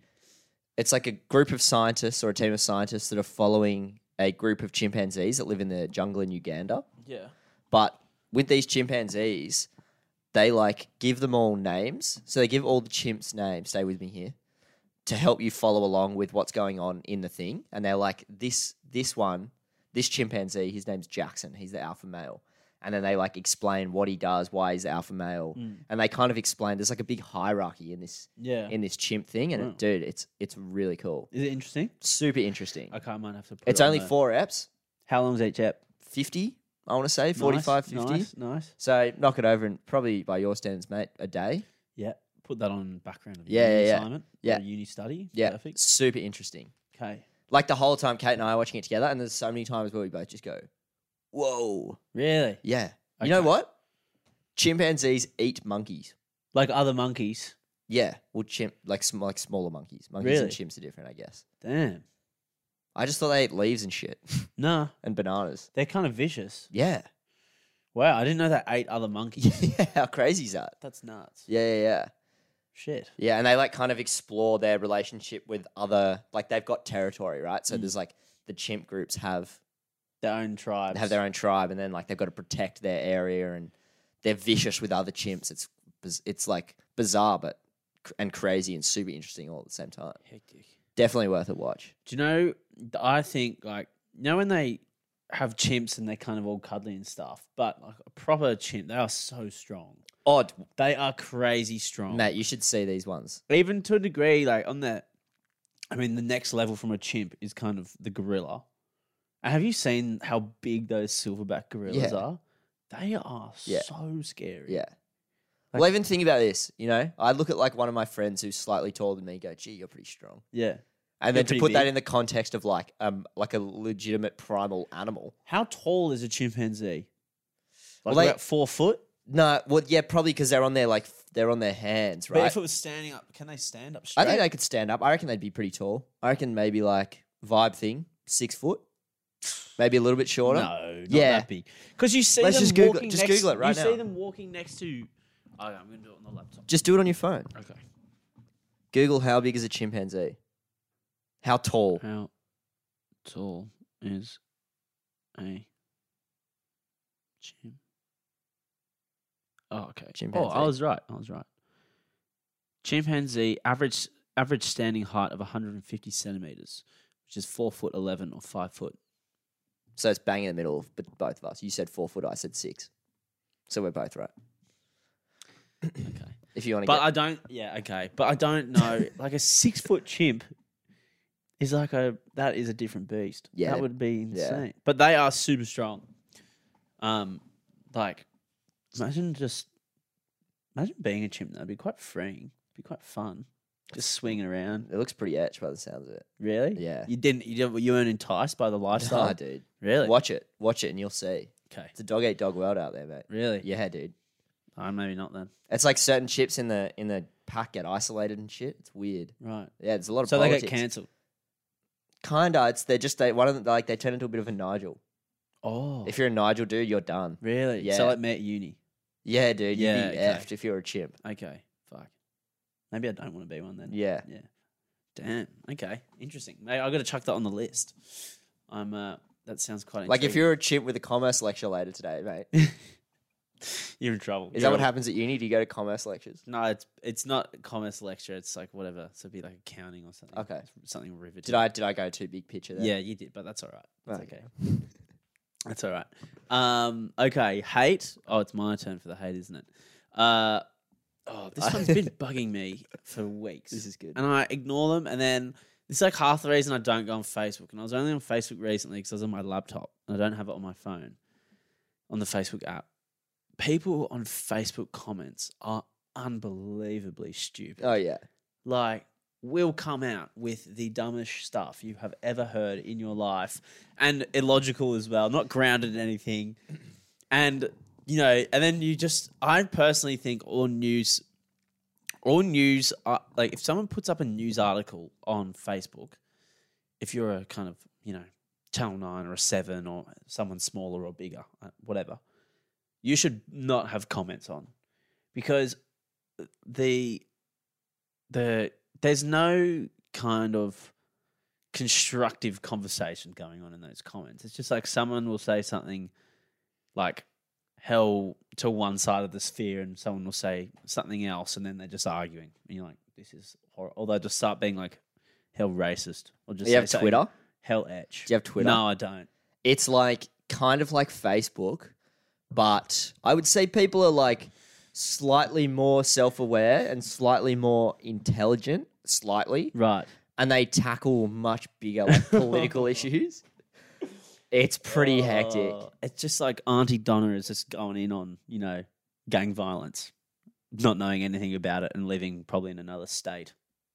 S2: it's like a group of scientists or a team of scientists that are following a group of chimpanzees that live in the jungle in Uganda.
S1: Yeah.
S2: But with these chimpanzees, they like give them all names. So they give all the chimps names. Stay with me here to help you follow along with what's going on in the thing. And they're like this this one, this chimpanzee, his name's Jackson. He's the alpha male. And then they like explain what he does, why he's the alpha male, and they kind of explain. There's like a big hierarchy in this
S1: Hmm. Yeah. Hmm.
S2: in this chimp thing, and
S1: Wow.
S2: it, dude, it's it's really cool,
S1: Is it interesting?
S2: super interesting.
S1: Okay, I might have to. Put
S2: It's
S1: it on
S2: only
S1: the-
S2: four eps,
S1: How long's each ep?
S2: fifty, I want to say, 45, 50.
S1: Nice. Nice.
S2: So knock it over in probably by your standards, mate, a day.
S1: Yeah. Put that on background. Of
S2: Yeah,
S1: uni
S2: yeah, yeah.
S1: Assignment.
S2: Yeah.
S1: or Uni study.
S2: Yeah,
S1: Perfect.
S2: super interesting.
S1: Okay.
S2: Like the whole time, Kate and I are watching it together, and there's so many times where we both just go, "Whoa,
S1: Really?
S2: yeah." You know
S1: Okay.
S2: what? Chimpanzees eat monkeys.
S1: Like other monkeys.
S2: Yeah, well, chimp like sm- like smaller monkeys. Monkeys and
S1: Really?
S2: chimps are different, I guess.
S1: Damn.
S2: I just thought they ate leaves and shit
S1: Nah.
S2: and bananas.
S1: They're kind of vicious.
S2: Yeah,
S1: Wow. I didn't know that ate other monkeys.
S2: yeah. How crazy is that?
S1: That's nuts.
S2: Yeah, yeah, yeah.
S1: Shit.
S2: Yeah, and they like kind of explore their relationship with other like they've got territory, right?
S1: Mm.
S2: So there's like the chimp groups have
S1: Their own tribes.
S2: have their own tribe, and then like they've got to protect their area, and they're vicious with other chimps. It's biz- it's like bizarre, but cr- and crazy and super interesting all at the same time.
S1: Hectic.
S2: Definitely worth a watch.
S1: Do you know? th- I think like you know when they have chimps and they're kind of all cuddly and stuff, but like a proper chimp, they are so strong.
S2: Odd,
S1: They are crazy strong,
S2: Matt. You should see these ones.
S1: Even to a degree, like on the, I mean, the next level from a chimp is kind of the gorilla. And Have you seen how big those silverback gorillas
S2: Yeah.
S1: are? They are
S2: Yeah.
S1: so scary.
S2: Yeah.
S1: Like-
S2: well, even think about this. You know, I look at like one of my friends who's slightly taller than me. and Go, gee, you're pretty strong.
S1: yeah.
S2: And
S1: You're
S2: then to
S1: pretty
S2: put that
S1: big.
S2: in the context of like um like a legitimate primal animal.
S1: How tall is a chimpanzee? Like
S2: Well, they-
S1: about four foot.
S2: No, well, yeah, probably because they're on their like f- they're on their hands,
S1: But
S2: right?
S1: if it was standing up, can they stand up straight?
S2: I think they could stand up. I reckon they'd be pretty tall. I reckon maybe like vibe thing, six foot, maybe a little bit shorter.
S1: No, not
S2: Yeah.
S1: that big. Because you see
S2: Let's
S1: them
S2: just Google it.
S1: walking
S2: Just
S1: next,
S2: Google it right
S1: You
S2: now.
S1: see them walking next to. Okay, I'm going to do it on the laptop.
S2: Just do it on your phone.
S1: Okay.
S2: Google how big is a chimpanzee? How tall?
S1: How tall is a chim? Oh, okay. Oh, I
S2: Chimpanzee.
S1: was right. I was right. Chimpanzee average average standing height of 150 centimeters, which is four foot eleven or five foot.
S2: So it's bang in the middle, but both of us. You said four foot. I said six. So we're both right.
S1: Okay.
S2: If you want to
S1: But
S2: get,
S1: I don't. Yeah, okay. But I don't know. like a six foot chimp is like a that is a different beast.
S2: Yeah,
S1: that
S2: they-
S1: would be
S2: yeah.
S1: insane. But they are super strong. Um, like imagine just imagine being a chimp. That'd be quite freeing. be quite fun. Just swinging around.
S2: It looks pretty etched by the sounds of it.
S1: Really?
S2: Yeah.
S1: You didn't. You, didn't- you weren't enticed by the lifestyle,
S2: Nah, dude.
S1: Really?
S2: Watch it. Watch it and you'll see.
S1: Okay.
S2: It's a dog eat dog world out there, mate.
S1: Really?
S2: Yeah, dude.
S1: Oh, maybe not then.
S2: It's like certain chips in the in the pack get isolated and shit. It's weird.
S1: Right.
S2: Yeah, it's a lot of
S1: So
S2: politics.
S1: they get cancelled.
S2: Kinda. It's they're just they one of them like they turn into a bit of a Nigel.
S1: Oh.
S2: If you're a Nigel dude, you're done.
S1: really?
S2: Yeah.
S1: So like met uni.
S2: Yeah, dude.
S1: Yeah,
S2: you'd be
S1: okay.
S2: effed if you're a chimp.
S1: Okay. Fuck. Maybe I don't want to be one then.
S2: Yeah.
S1: Yeah. Damn. Okay. Interesting. Mate, I got to chuck that on the list. I'm. Uh, that sounds quite.
S2: Like if
S1: intriguing.
S2: you're a chimp with a commerce lecture later today, mate.
S1: you're in trouble.
S2: Is
S1: You're
S2: that what
S1: a-
S2: happens at uni? Do you go to commerce lectures?
S1: No, it's it's not commerce lecture. It's like whatever. So it'd be like accounting or something.
S2: Okay.
S1: Something riveting.
S2: Did I did I go too big picture there?
S1: Yeah, you did, but that's all right. That's
S2: Okay.
S1: okay. That's all right. Um, okay, hate. Oh, it's my turn for the hate, isn't it? Uh, oh, this one's been bugging me for weeks.
S2: This is good.
S1: And I ignore them, and then this is like half the reason I don't go on Facebook. And I was only on Facebook recently because I was on my laptop and I don't have it on my phone, on the Facebook app. People on Facebook comments are unbelievably stupid
S2: Oh yeah.
S1: like will come out with the dumbest stuff you have ever heard in your life and illogical as well not grounded in anything and you know and then you just i personally think all news all news are, like if someone puts up a news article on facebook if you're a kind of you know channel 9 or a 7 or someone smaller or bigger uh, whatever you should not have comments on because the the there's no kind of constructive conversation going on in those comments. It's just like someone will say something like hell to one side of the sphere and someone will say something else and then they're just arguing. And you're like, this is horrible. Or they'll just start being like hell racist or just
S2: Do
S1: say
S2: you have
S1: something,
S2: Twitter?
S1: Hell etch.
S2: Do you have Twitter?
S1: No, I don't.
S2: it's like kind of like Facebook, but I would say people are like slightly more self aware and slightly more intelligent, slightly,
S1: Right.
S2: and they tackle much bigger like, political issues. It's pretty hectic.
S1: Uh, It's just like Auntie Donna is just going in on, you know, gang violence, not knowing anything about it and living probably in another state.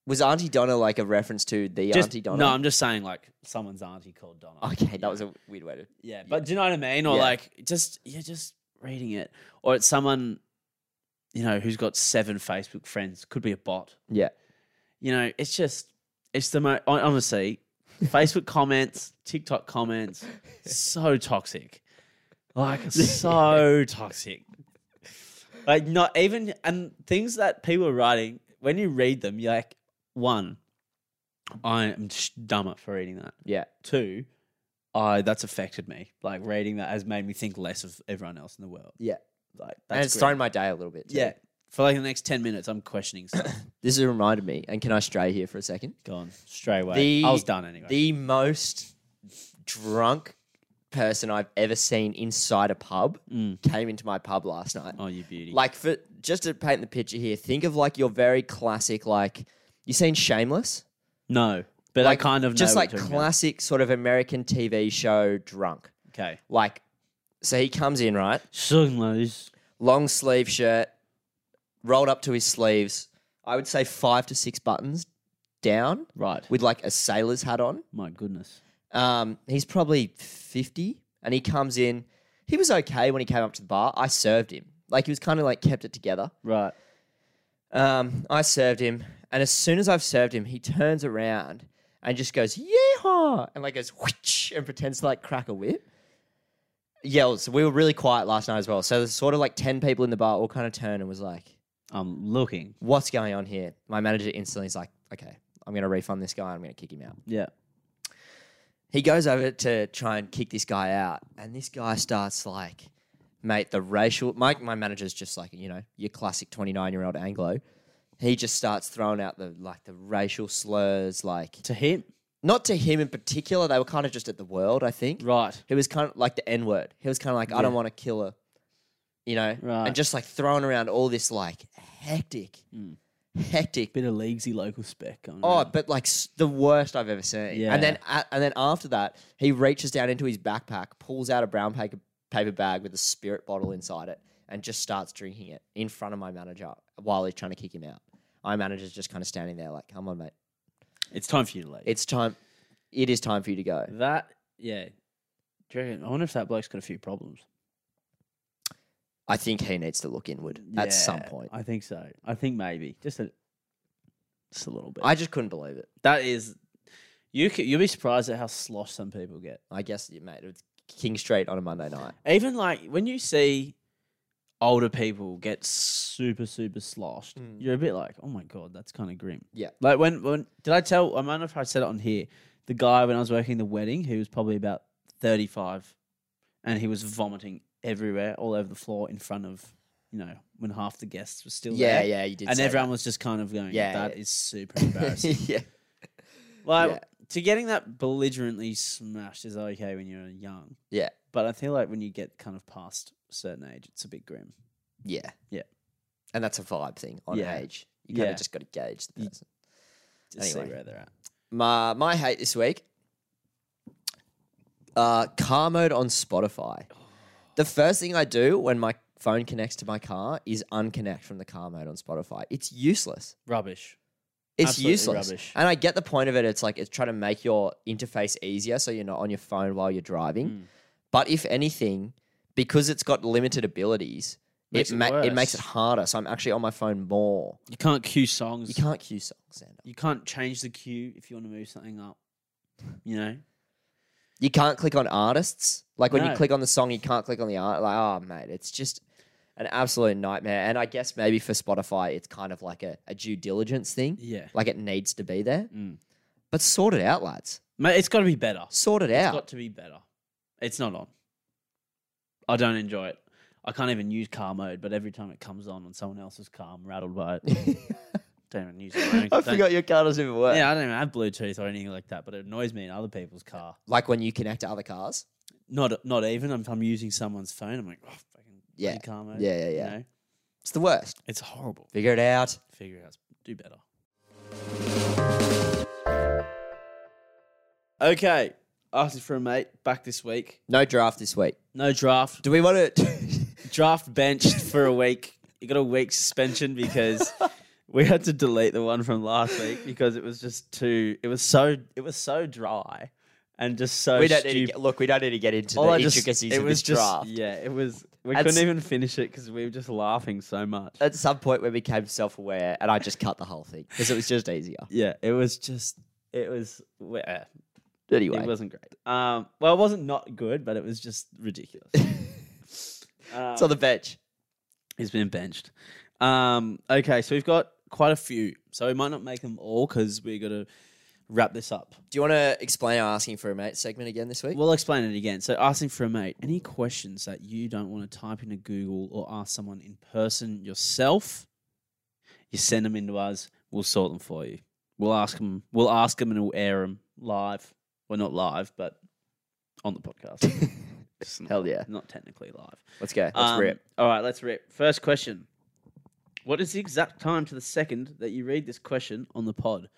S2: Was Auntie Donna like a reference to the
S1: Just-
S2: Auntie Donna?
S1: No, I'm just saying like someone's auntie called Donna.
S2: okay, that was a weird way to.
S1: Yeah, but do you know what I mean? Or
S2: Yeah.
S1: like just you're just reading it. Or it's someone, you know, who's got seven Facebook friends, could be a bot.
S2: Yeah.
S1: You know, it's just it's the most honestly, Facebook comments, TikTok comments, so toxic. Like so toxic. Like not even and things that people are writing, when you read them, you're like, one, I am just dumber for reading that
S2: Yeah.
S1: two, I that's affected me. Like reading that has made me think less of everyone else in the world.
S2: Yeah.
S1: Like that's
S2: and it's
S1: grim.
S2: thrown my day a little bit. Too.
S1: yeah. For like the next ten minutes, I'm questioning stuff.
S2: This has reminded me, and can I stray here for a second?
S1: Gone straight away.
S2: The-
S1: I was done anyway.
S2: the most drunk person I've ever seen inside a pub came into my pub last night.
S1: Mm. oh, you beauty.
S2: Like for just to paint the picture here, think of like your very classic like you seen Shameless?
S1: no, but
S2: Like
S1: I kind of know
S2: just
S1: what
S2: like
S1: you're talking about.
S2: classic sort of American TV show drunk.
S1: Okay.
S2: Like so he comes in, right?
S1: Signals.
S2: Long sleeve shirt, rolled up to his sleeves. I would say 5 to 6 buttons down
S1: Right.
S2: with like a sailor's hat on.
S1: My goodness.
S2: Um, he's probably 50 and he comes in. He was okay when he came up to the bar. I served him. Like he was kind of like kept it together.
S1: Right.
S2: Um, I served him. And as soon as I've served him, he turns around and just goes, yeehaw, and like goes, which, and pretends to like crack a whip. Yells. We were really quiet last night as well. So there's sort of like 10 people in the bar all kind of turned and was like,
S1: I'm looking.
S2: what's going on here? My manager instantly is like, okay, I'm going to refund this guy. I'm going to kick him out.
S1: Yeah.
S2: he goes over to try and kick this guy out, and this guy starts like, mate, the racial. My my manager's just like you know your classic twenty nine year old Anglo. He just starts throwing out the like the racial slurs, like
S1: To him.
S2: not to him in particular. They were kind of just at the world, I think.
S1: Right.
S2: He was kind of like the N word. He was kind of like, I don't want to kill her, you know,
S1: Right.
S2: and just like throwing around all this like hectic,
S1: Mm.
S2: hectic
S1: Bit of leaguesy local spec. Going
S2: Oh,
S1: around.
S2: but like s- the worst I've ever seen.
S1: Mm. Yeah.
S2: And then a and then after that, he reaches down into his backpack, pulls out a brown paper, paper bag with a spirit bottle inside it, and just starts drinking it in front of my manager while he's trying to kick him out. eye manager's just kind of standing there like, come on, mate.
S1: It's time for you to leave.
S2: It's time. It is time for you to go.
S1: that. Yeah. Do you reckon- I wonder if that bloke's got a few problems.
S2: I think he needs to look inward at some
S1: Yeah,
S2: point.
S1: I think so. I think maybe just a just a little bit.
S2: I just couldn't believe it.
S1: that is you. c- You'll be surprised at how slosh some people get.
S2: I guess, yeah, mate, it's King Street on a Monday night.
S1: Even like when you see older people get super super sloshed,
S2: Mm.
S1: you're a bit like, oh my god, that's kind of grim.
S2: Yeah.
S1: Like when when did I tell? I don't know if I said it on here. The guy when I was working the wedding, he was probably about thirty five, and he was vomiting everywhere, all over the floor, in front of you know when half the guests were still
S2: Yeah,
S1: there.
S2: yeah, you did.
S1: and
S2: say
S1: everyone was just kind of going,
S2: Yeah,
S1: that is
S2: yeah.
S1: super
S2: that.
S1: embarrassing."
S2: yeah.
S1: like
S2: Yeah.
S1: to getting that belligerently smashed is okay when you're young,
S2: Yeah.
S1: but I feel like when you get kind of past a certain age, it's a bit grim.
S2: Yeah.
S1: Yeah.
S2: And that's a vibe thing on
S1: Yeah.
S2: age. You kind of
S1: Yeah.
S2: just got to gauge the
S1: You-
S2: person.
S1: To see
S2: Anyway.
S1: where they're at.
S2: My my hate this week. Uh, car mode on Spotify. The first thing I do when my phone connects to my car is unconnect from the car mode on Spotify. It's useless.
S1: Rubbish.
S2: It's
S1: Absolutely
S2: useless.
S1: rubbish.
S2: And I get the point of it. It's like it's trying to make your interface easier so you're not on your phone while you're driving.
S1: Mm.
S2: But if anything, because it's got limited abilities,
S1: Makes
S2: it,
S1: it
S2: ma- it makes
S1: worse.
S2: it harder. So I'm actually on my phone more.
S1: You can't cue songs.
S2: You can't cue songs, Xander.
S1: You can't change the cue if you want to move something up. You know?
S2: You can't click on artists. Like when you
S1: No.
S2: click on the song, you can't click on the art. Like, oh, mate, it's just an absolute nightmare. And I guess maybe for Spotify, it's kind of like a, a due diligence thing.
S1: Yeah.
S2: Like it needs to be there.
S1: Mm.
S2: But sort it out, lads.
S1: Mate, it's got to be better.
S2: Sort it
S1: It's
S2: out.
S1: got to be better. It's not on. I don't enjoy it. I can't even use car mode, but every time it comes on on someone else's car, I'm rattled by it. don't even use it.
S2: I forgot your car doesn't even work.
S1: Yeah, I don't even have Bluetooth or anything like that, but it annoys me in other people's car.
S2: Like when you connect to other cars.
S1: Not not even if I'm using someone's phone. I'm like, oh, fucking
S2: Yeah.
S1: bloody car mode.
S2: Yeah, yeah,
S1: you
S2: yeah.
S1: know?
S2: It's the worst.
S1: It's horrible.
S2: Figure it out.
S1: Figure it out. Do better. Okay, asking for a mate back this week.
S2: No draft this week.
S1: No draft.
S2: Do we want to?
S1: draft benched for a week. You got a week suspension because we had to delete the one from last week because it was just too. It was so. It was so dry and just so.
S2: we don't
S1: stupid.
S2: need to get, look. We don't need to get into the intricacies
S1: it
S2: of
S1: was
S2: this
S1: just,
S2: draft.
S1: Yeah, it was. We
S2: That's- Uh,
S1: couldn't even finish it because we were just laughing so much.
S2: At some point, we became self-aware, and I just cut the whole thing because it was just easier.
S1: Yeah, it was just. It was. we- uh,
S2: Anyway,
S1: It wasn't great. Um. Well, it wasn't not good, but it was just ridiculous. Um,
S2: it's on the bench.
S1: He's been benched. Um, okay, so we've got quite a few. So we might not make them all because we're going to wrap this up.
S2: Do you want to explain our asking for a mate segment again this week?
S1: We'll explain it again. So asking for a mate, any questions that you don't want to type into Google or ask someone in person yourself, you send them into us. We'll sort them for you. We'll ask them. We'll ask them and we'll air them live. Well, not live, but on the podcast. It's not-
S2: Hell yeah.
S1: Not technically live.
S2: Let's go. Let's
S1: Um,
S2: rip.
S1: All right, let's rip. First question. What is the exact time to the second that you read this question on the pod?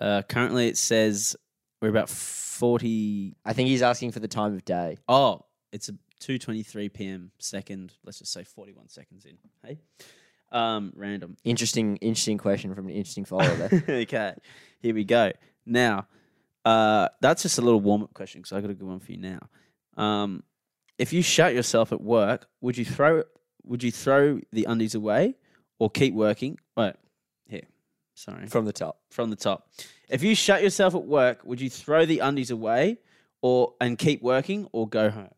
S1: Uh, currently, it says we're about 40.
S2: I think he's asking for the time of day.
S1: Oh, it's a 2.23 p.m. second. Let's just say 41 seconds in. Hey? Um, random.
S2: Interesting, interesting question from an interesting follower there.
S1: okay, here we go. Now, uh, that's just a little warm up question because I got a good one for you now. Um, if you shout yourself at work, would you throw would you throw the undies away or keep working? Wait, here, sorry,
S2: from the top.
S1: from the top. If you shout yourself at work, would you throw the undies away or and keep working or go home?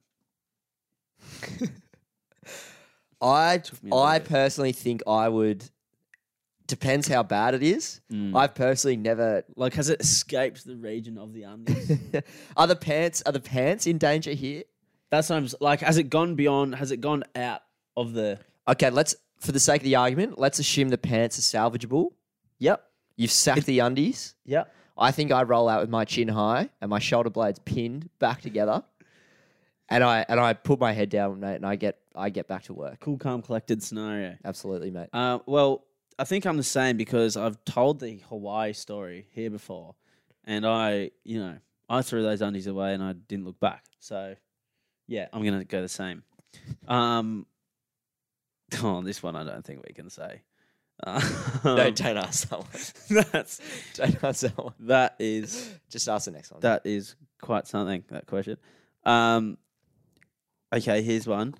S2: I,
S1: me a little
S2: I
S1: bit.
S2: personally think I would. Depends how bad it is.
S1: Mm.
S2: I've personally never.
S1: Like, has it escaped the region of the undies?
S2: are the pants? Are the pants in danger here?
S1: That's what I'm s- like. Has it gone beyond? Has it gone out of the?
S2: Okay, let's for the sake of the argument, let's assume the pants are salvageable.
S1: Yep.
S2: You've sacked the undies.
S1: Yep.
S2: I think I roll out with my chin high and my shoulder blades pinned back together. And I and I put my head down, mate, and I get I get back to work.
S1: cool, calm, collected scenario.
S2: Absolutely, mate.
S1: Uh, well, I think I'm the same because I've told the Hawaii story here before, and I, you know, I threw those undies away and I didn't look back. So, yeah, I'm gonna go the same. Um, oh, this one I don't think we can say. Um,
S2: Don't, don't ask that one.
S1: that's
S2: Don't ask that one.
S1: that is
S2: Just ask the next one.
S1: that is quite something. That question. Um, okay, here's one.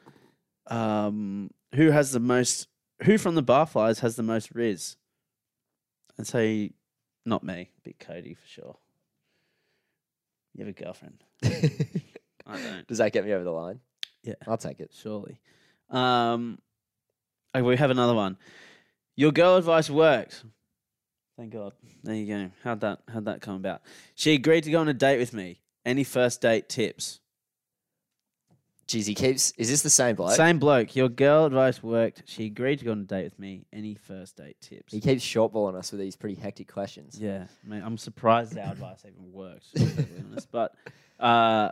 S1: Um, who has the most? Who from the Barflies has the most Riz? I'd say not me, but Cody for sure. You have a girlfriend. I don't.
S2: Does that get me over the line?
S1: Yeah.
S2: I'll take it.
S1: Surely. Um, okay, we have another one. Your girl advice worked. Thank God. There you go. How'd that how'd that come about? She agreed to go on a date with me. Any first date tips?
S2: Jeez, he keeps. Is this the same bloke?
S1: Same bloke. Your girl advice worked. She agreed to go on a date with me. Any first date tips?
S2: He keeps shortballing us with these pretty hectic questions.
S1: Yeah, mate, I'm surprised our advice even worked. to be perfectly honest. But uh,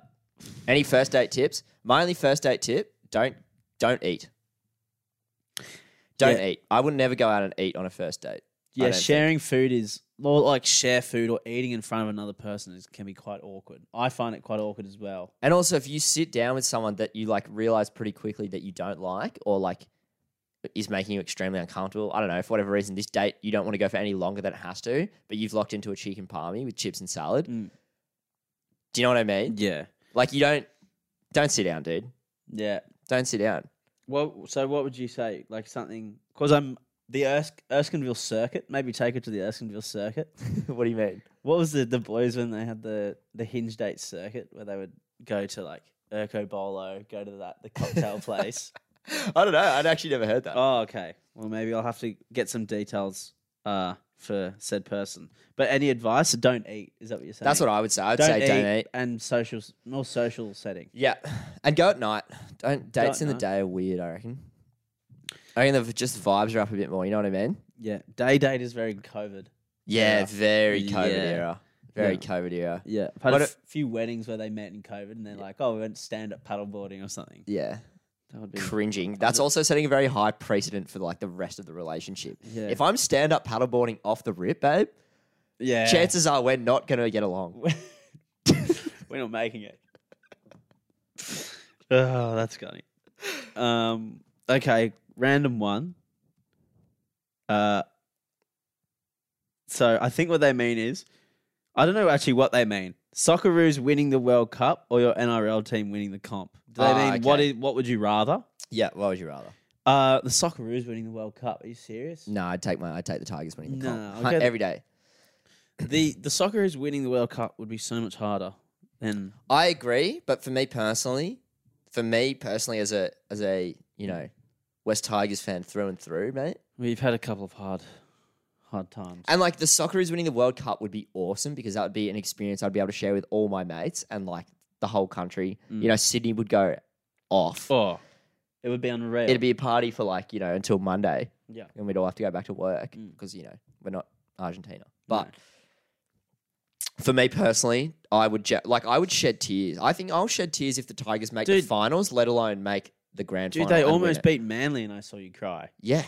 S2: Any first date tips? My only first date tip: don't don't eat. Don't
S1: Yeah.
S2: eat. I would never go out and eat on a first date.
S1: yeah,
S2: don't think-
S1: sharing food is more like share food or eating in front of another person is, can be quite awkward. I find it quite awkward as well.
S2: And also, if you sit down with someone that you like realize pretty quickly that you don't like or like is making you extremely uncomfortable, I don't know, for whatever reason, this date you don't want to go for any longer than it has to, but you've locked into a chicken palmy with chips and salad.
S1: Mm.
S2: Do you know what I mean?
S1: Yeah.
S2: Like, you don't, don't sit down, dude.
S1: Yeah.
S2: Don't sit down.
S1: Well, so what would you say? Like something because I'm the Ersk- Erskineville circuit. Maybe take her to the Erskineville circuit.
S2: what do you mean?
S1: What was the the boys when they had the the hinge date circuit where they would go to like Urco Bolo, go to that the cocktail place.
S2: I don't know. I'd actually never heard that.
S1: Oh, okay. Well, maybe I'll have to get some details uh, for said person. But any advice? Don't eat. Is that what you're saying?
S2: That's what I would say. I'd
S1: don't
S2: say
S1: eat
S2: don't eat.
S1: and social more social setting.
S2: Yeah. And go at night. Don't, dates
S1: at
S2: in the
S1: night.
S2: day are weird, I reckon. I reckon the just vibes are up a bit more. You know what I mean?
S1: Yeah, day date is very COVID.
S2: Yeah,
S1: era.
S2: very COVID
S1: Yeah.
S2: era. Very
S1: Yeah.
S2: COVID era.
S1: Yeah, I've had
S2: What
S1: a
S2: if-
S1: f- few weddings where they met in COVID, and they're like, "Oh, we went stand up paddleboarding or something."
S2: Yeah.
S1: That would be
S2: Cringing. That's also setting a very high precedent for like the rest of the relationship.
S1: Yeah.
S2: If I'm stand up paddleboarding off the rip, babe,
S1: yeah.
S2: chances are we're not going to get along.
S1: we're not making it. oh, that's funny. Um. Okay, random one. Uh. So I think what they mean is, I don't know actually what they mean. Socceroos winning the World Cup or your NRL team winning the comp? Do they
S2: Ah,
S1: mean what
S2: okay.
S1: is what would you rather?
S2: Yeah. What would you rather?
S1: Uh, the Socceroos winning the World Cup. Are you serious?
S2: No, I'd take my I'd take the Tigers winning the
S1: No,
S2: comp.
S1: I'll
S2: Huh,
S1: go the-
S2: every day.
S1: the the Socceroos winning the World Cup would be so much harder than
S2: I agree, but for me personally, for me personally as a as a you know West Tigers fan through and through, mate.
S1: we've had a couple of hard hard times.
S2: And like the Socceroos winning the World Cup would be awesome because that would be an experience I'd be able to share with all my mates and like the whole country. You know, Sydney would go off.
S1: Mm. Oh, it would be unreal.
S2: It'd be a party for like you know until Monday,
S1: yeah.
S2: and we'd all have to go back to work
S1: Mm.
S2: because you know we're not Argentina. But for me personally, I would je- like I would shed tears. I think I'll shed tears if the Tigers make
S1: Dude.
S2: the finals, let alone make the grand
S1: dude,
S2: final.
S1: they
S2: and win
S1: almost
S2: it.
S1: beat Manly, and I saw you cry.
S2: Yeah,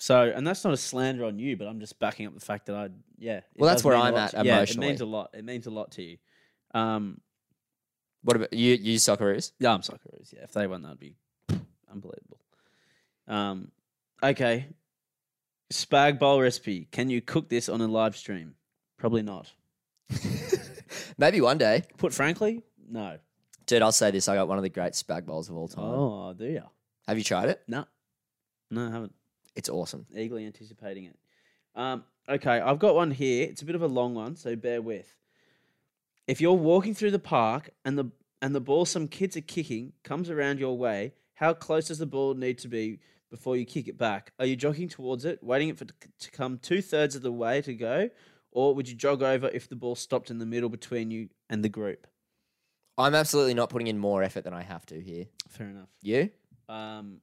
S1: So, and that's not a slander on you, but I'm just backing up the fact that I, yeah. it
S2: Well, that's
S1: does
S2: where
S1: mean a
S2: I'm
S1: lot
S2: at
S1: to- yeah,
S2: emotionally.
S1: it means a lot. It means a lot to you. Um,
S2: what about you? You Socceroos?
S1: yeah, I'm Socceroos. Yeah, if they won, that'd be unbelievable. Um, okay. Spag bowl recipe. Can you cook this on a live stream? Probably not.
S2: Maybe one day,
S1: Put frankly, no.
S2: dude. I'll say this: I got one of the great spag bowls of all time.
S1: Oh, do you?
S2: Have you tried it?
S1: No. No, I haven't.
S2: It's awesome.
S1: Eagerly anticipating it. Um, okay, I've got one here. It's a bit of a long one, so bear with. If you're walking through the park and the and the ball some kids are kicking comes around your way, how close does the ball need to be before you kick it back? Are you jogging towards it, waiting for it to c- to come two thirds of the way to go, or would you jog over if the ball stopped in the middle between you and the group?
S2: I'm absolutely not putting in more effort than I have to here.
S1: Fair enough.
S2: You?
S1: Um,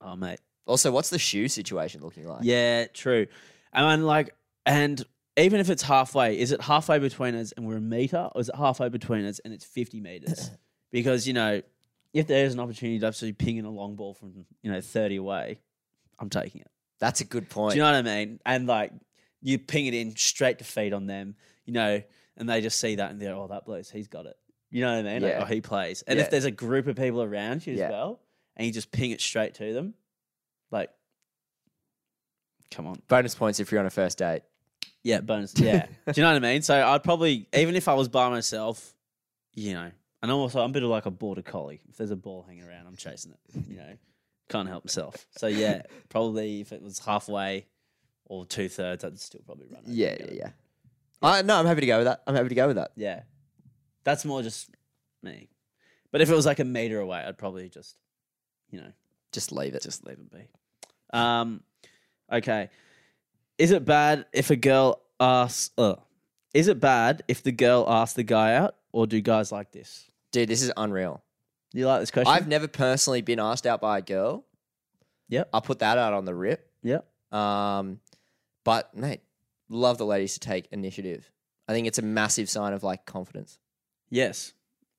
S1: oh mate,
S2: Also, what's the shoe situation looking like?
S1: Yeah, true. And I'm like, and even if it's halfway, is it halfway between us and we're a meter, or is it halfway between us and it's 50 meters? because you know, if there is an opportunity to actually ping in a long ball from you know 30 away, I'm taking it.
S2: That's a good
S1: Do
S2: point.
S1: you know what I mean? And like, you ping it in straight to feed on them, you know, and they just see that and they're, oh, that blows, he's got it. You know what I mean? Like,
S2: Yeah.
S1: oh, he plays. And
S2: Yeah.
S1: if there's a group of people around you as
S2: Yeah.
S1: well, and you just ping it straight to them, like, Come on.
S2: Bonus points if you're on a first date.
S1: Yeah, bonus. Yeah. Do you know what I mean? So I'd probably, even if I was by myself, you know, and also I'm a bit of like a border collie. If there's a ball hanging around, I'm chasing it. You know, can't help myself. So yeah, probably if it was halfway or two thirds, I'd still probably run. over and
S2: Yeah,
S1: get
S2: yeah,
S1: it.
S2: yeah. I, no, I'm happy to go with that. I'm happy to go with that.
S1: yeah. That's more just me. But if it was like a meter away, I'd probably just, you know,
S2: Just leave it.
S1: just leave it be. Um, okay. Is it bad if a girl asks? Uh, is it bad if the girl asks the guy out, or do guys like this?
S2: Dude, this is unreal.
S1: Do you like this question?
S2: I've never personally been asked out by a girl.
S1: Yep.
S2: I'll put that out on the rip.
S1: yeah.
S2: Um, but mate, love the ladies to take initiative. I think it's a massive sign of like confidence.
S1: Yes,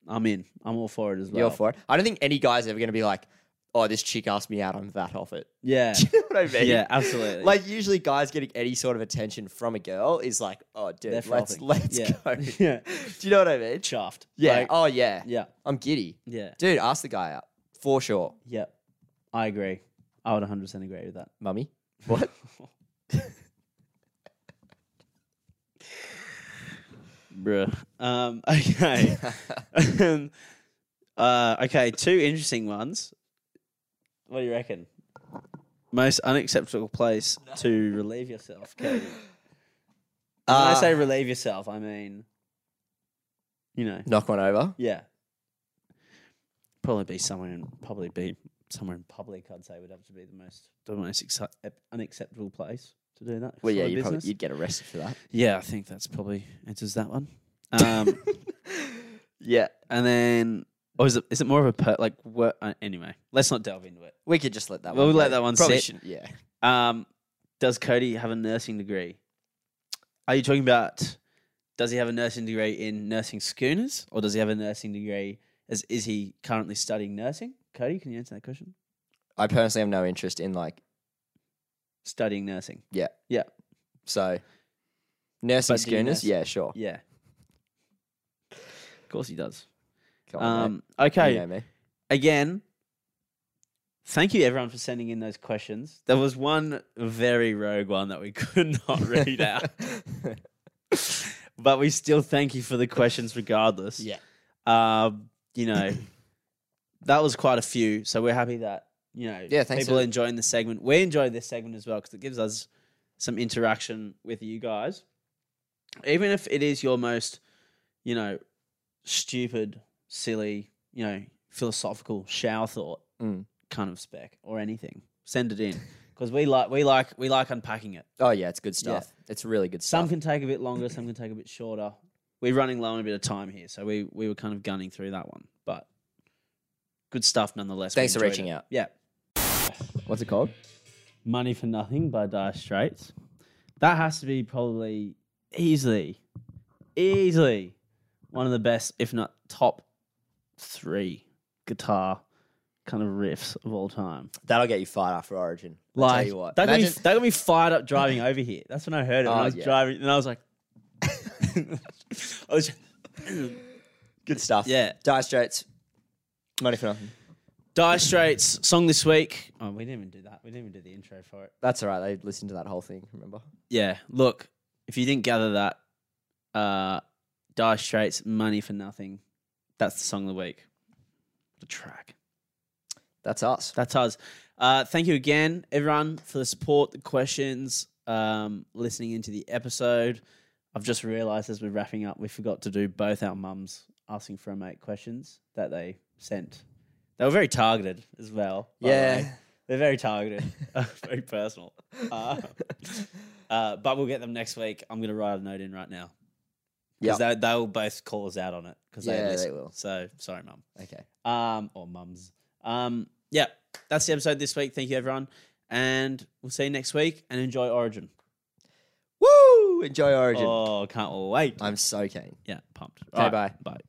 S1: I'm in. I'm all for it as well.
S2: You're for it. I don't think any guy's ever going to be like, "Oh, this chick asked me out. I'm that off it."
S1: Yeah.
S2: Do you know what I mean?
S1: yeah. Absolutely.
S2: Like usually, guys getting any sort of attention from a girl is like, "Oh, dude,
S1: They're
S2: let's
S1: frothing.
S2: let's
S1: Yeah.
S2: go."
S1: yeah.
S2: Do you know what I mean?
S1: Shaft.
S2: Yeah.
S1: Like,
S2: oh yeah.
S1: yeah.
S2: I'm giddy,
S1: Yeah.
S2: dude. Ask the guy out for sure,
S1: Yeah. I agree. I would 100 percent agree with that.
S2: mummy. What?
S1: Bruh. Um, okay. Um, uh, okay, two interesting ones. What do you reckon? Most unacceptable place to relieve yourself, Katie. when I
S2: Uh,
S1: say relieve yourself, I mean, you know,
S2: knock one over.
S1: yeah. Probably be somewhere in probably be somewhere in public. I'd say would have to be the most the most exci- unacceptable place to do that.
S2: Well, yeah,
S1: sort of
S2: you'd probably
S1: business.
S2: you'd get arrested for that.
S1: Yeah, I think that's probably answers that one. Um,
S2: Yeah,
S1: and then, or is it is it more of a per, like what? Uh, anyway, let's not delve into it.
S2: we could just let that.
S1: We'll
S2: one
S1: let
S2: go.
S1: that one
S2: Probably
S1: sit.
S2: shouldn't- Yeah.
S1: Um, does Cody have a nursing degree? Are you talking about? Does he have a nursing degree in nursing schooners, or does he have a nursing degree? As is he currently studying nursing? Cody, can you answer that question?
S2: I personally have no interest in like
S1: Studying nursing.
S2: yeah.
S1: Yeah.
S2: So nursing
S1: But do you
S2: schooners,
S1: nurse?
S2: yeah, sure.
S1: Yeah. Of course he does.
S2: Come on,
S1: Um,
S2: mate.
S1: okay.
S2: You know me.
S1: again, thank you everyone for sending in those questions. There was one very rogue one that we could not read out, but we still thank you for the questions regardless.
S2: Yeah.
S1: Um, you know, that was quite a few, so we're happy that you know
S2: Yeah, thanks
S1: people
S2: for-
S1: enjoying the segment. We enjoy this segment as well because it gives us some interaction with you guys, even if it is your most, you know, stupid, silly, you know, philosophical shower thought
S2: Mm.
S1: kind of spec or anything. Send it in because we like we like we like unpacking it.
S2: Oh yeah, it's good stuff. It's really good
S1: Some
S2: stuff.
S1: can take a bit longer, some can take a bit shorter. We're running low on a bit of time here, so we we were kind of gunning through that one, but good stuff nonetheless. We
S2: Thanks for
S1: enjoyed
S2: reaching
S1: it.
S2: out.
S1: Yeah,
S2: What's it called?
S1: Money for Nothing by Dire Straits. That has to be probably easily, easily one of the best, if not top three guitar kind of riffs of all time.
S2: That'll get you fired after Origin. I'll
S1: Like
S2: tell you what.
S1: that, got me,
S2: Imagine-
S1: that got me fired up driving over here. That's when I heard it. when
S2: Oh,
S1: I was
S2: yeah.
S1: driving, and I was like, I was,
S2: good stuff.
S1: yeah.
S2: Dire Straits. Money for nothing.
S1: Dire Straits song this week. Oh, we didn't even do that. We didn't even do the intro for it.
S2: That's all right. They listened to that whole thing. Remember?
S1: Yeah, look, if you didn't gather that, uh, Dire Straits, "Money for Nothing," that's the song of the week. The track.
S2: That's us.
S1: That's us. Uh, thank you again, everyone, for the support, the questions, um, listening into the episode. I've just realised as we're wrapping up, we forgot to do both our mums asking for a mate questions that they sent. They were very targeted as well. by the way.
S2: Yeah.
S1: they're very targeted, very personal. Uh, uh, but we'll get them next week. I'm going to write a note in right now
S2: Yeah.
S1: because they, they'll both call us out on it because
S2: Yeah,
S1: they
S2: they
S1: listen.
S2: will.
S1: So sorry, mum
S2: Okay.
S1: um, or mums. Um, yeah, that's the episode this week. Thank you, everyone. And we'll see you next week and enjoy Origin.
S2: Woo! Enjoy Origin.
S1: Oh, can't wait.
S2: I'm so keen.
S1: yeah, pumped.
S2: Okay, bye.
S1: Bye.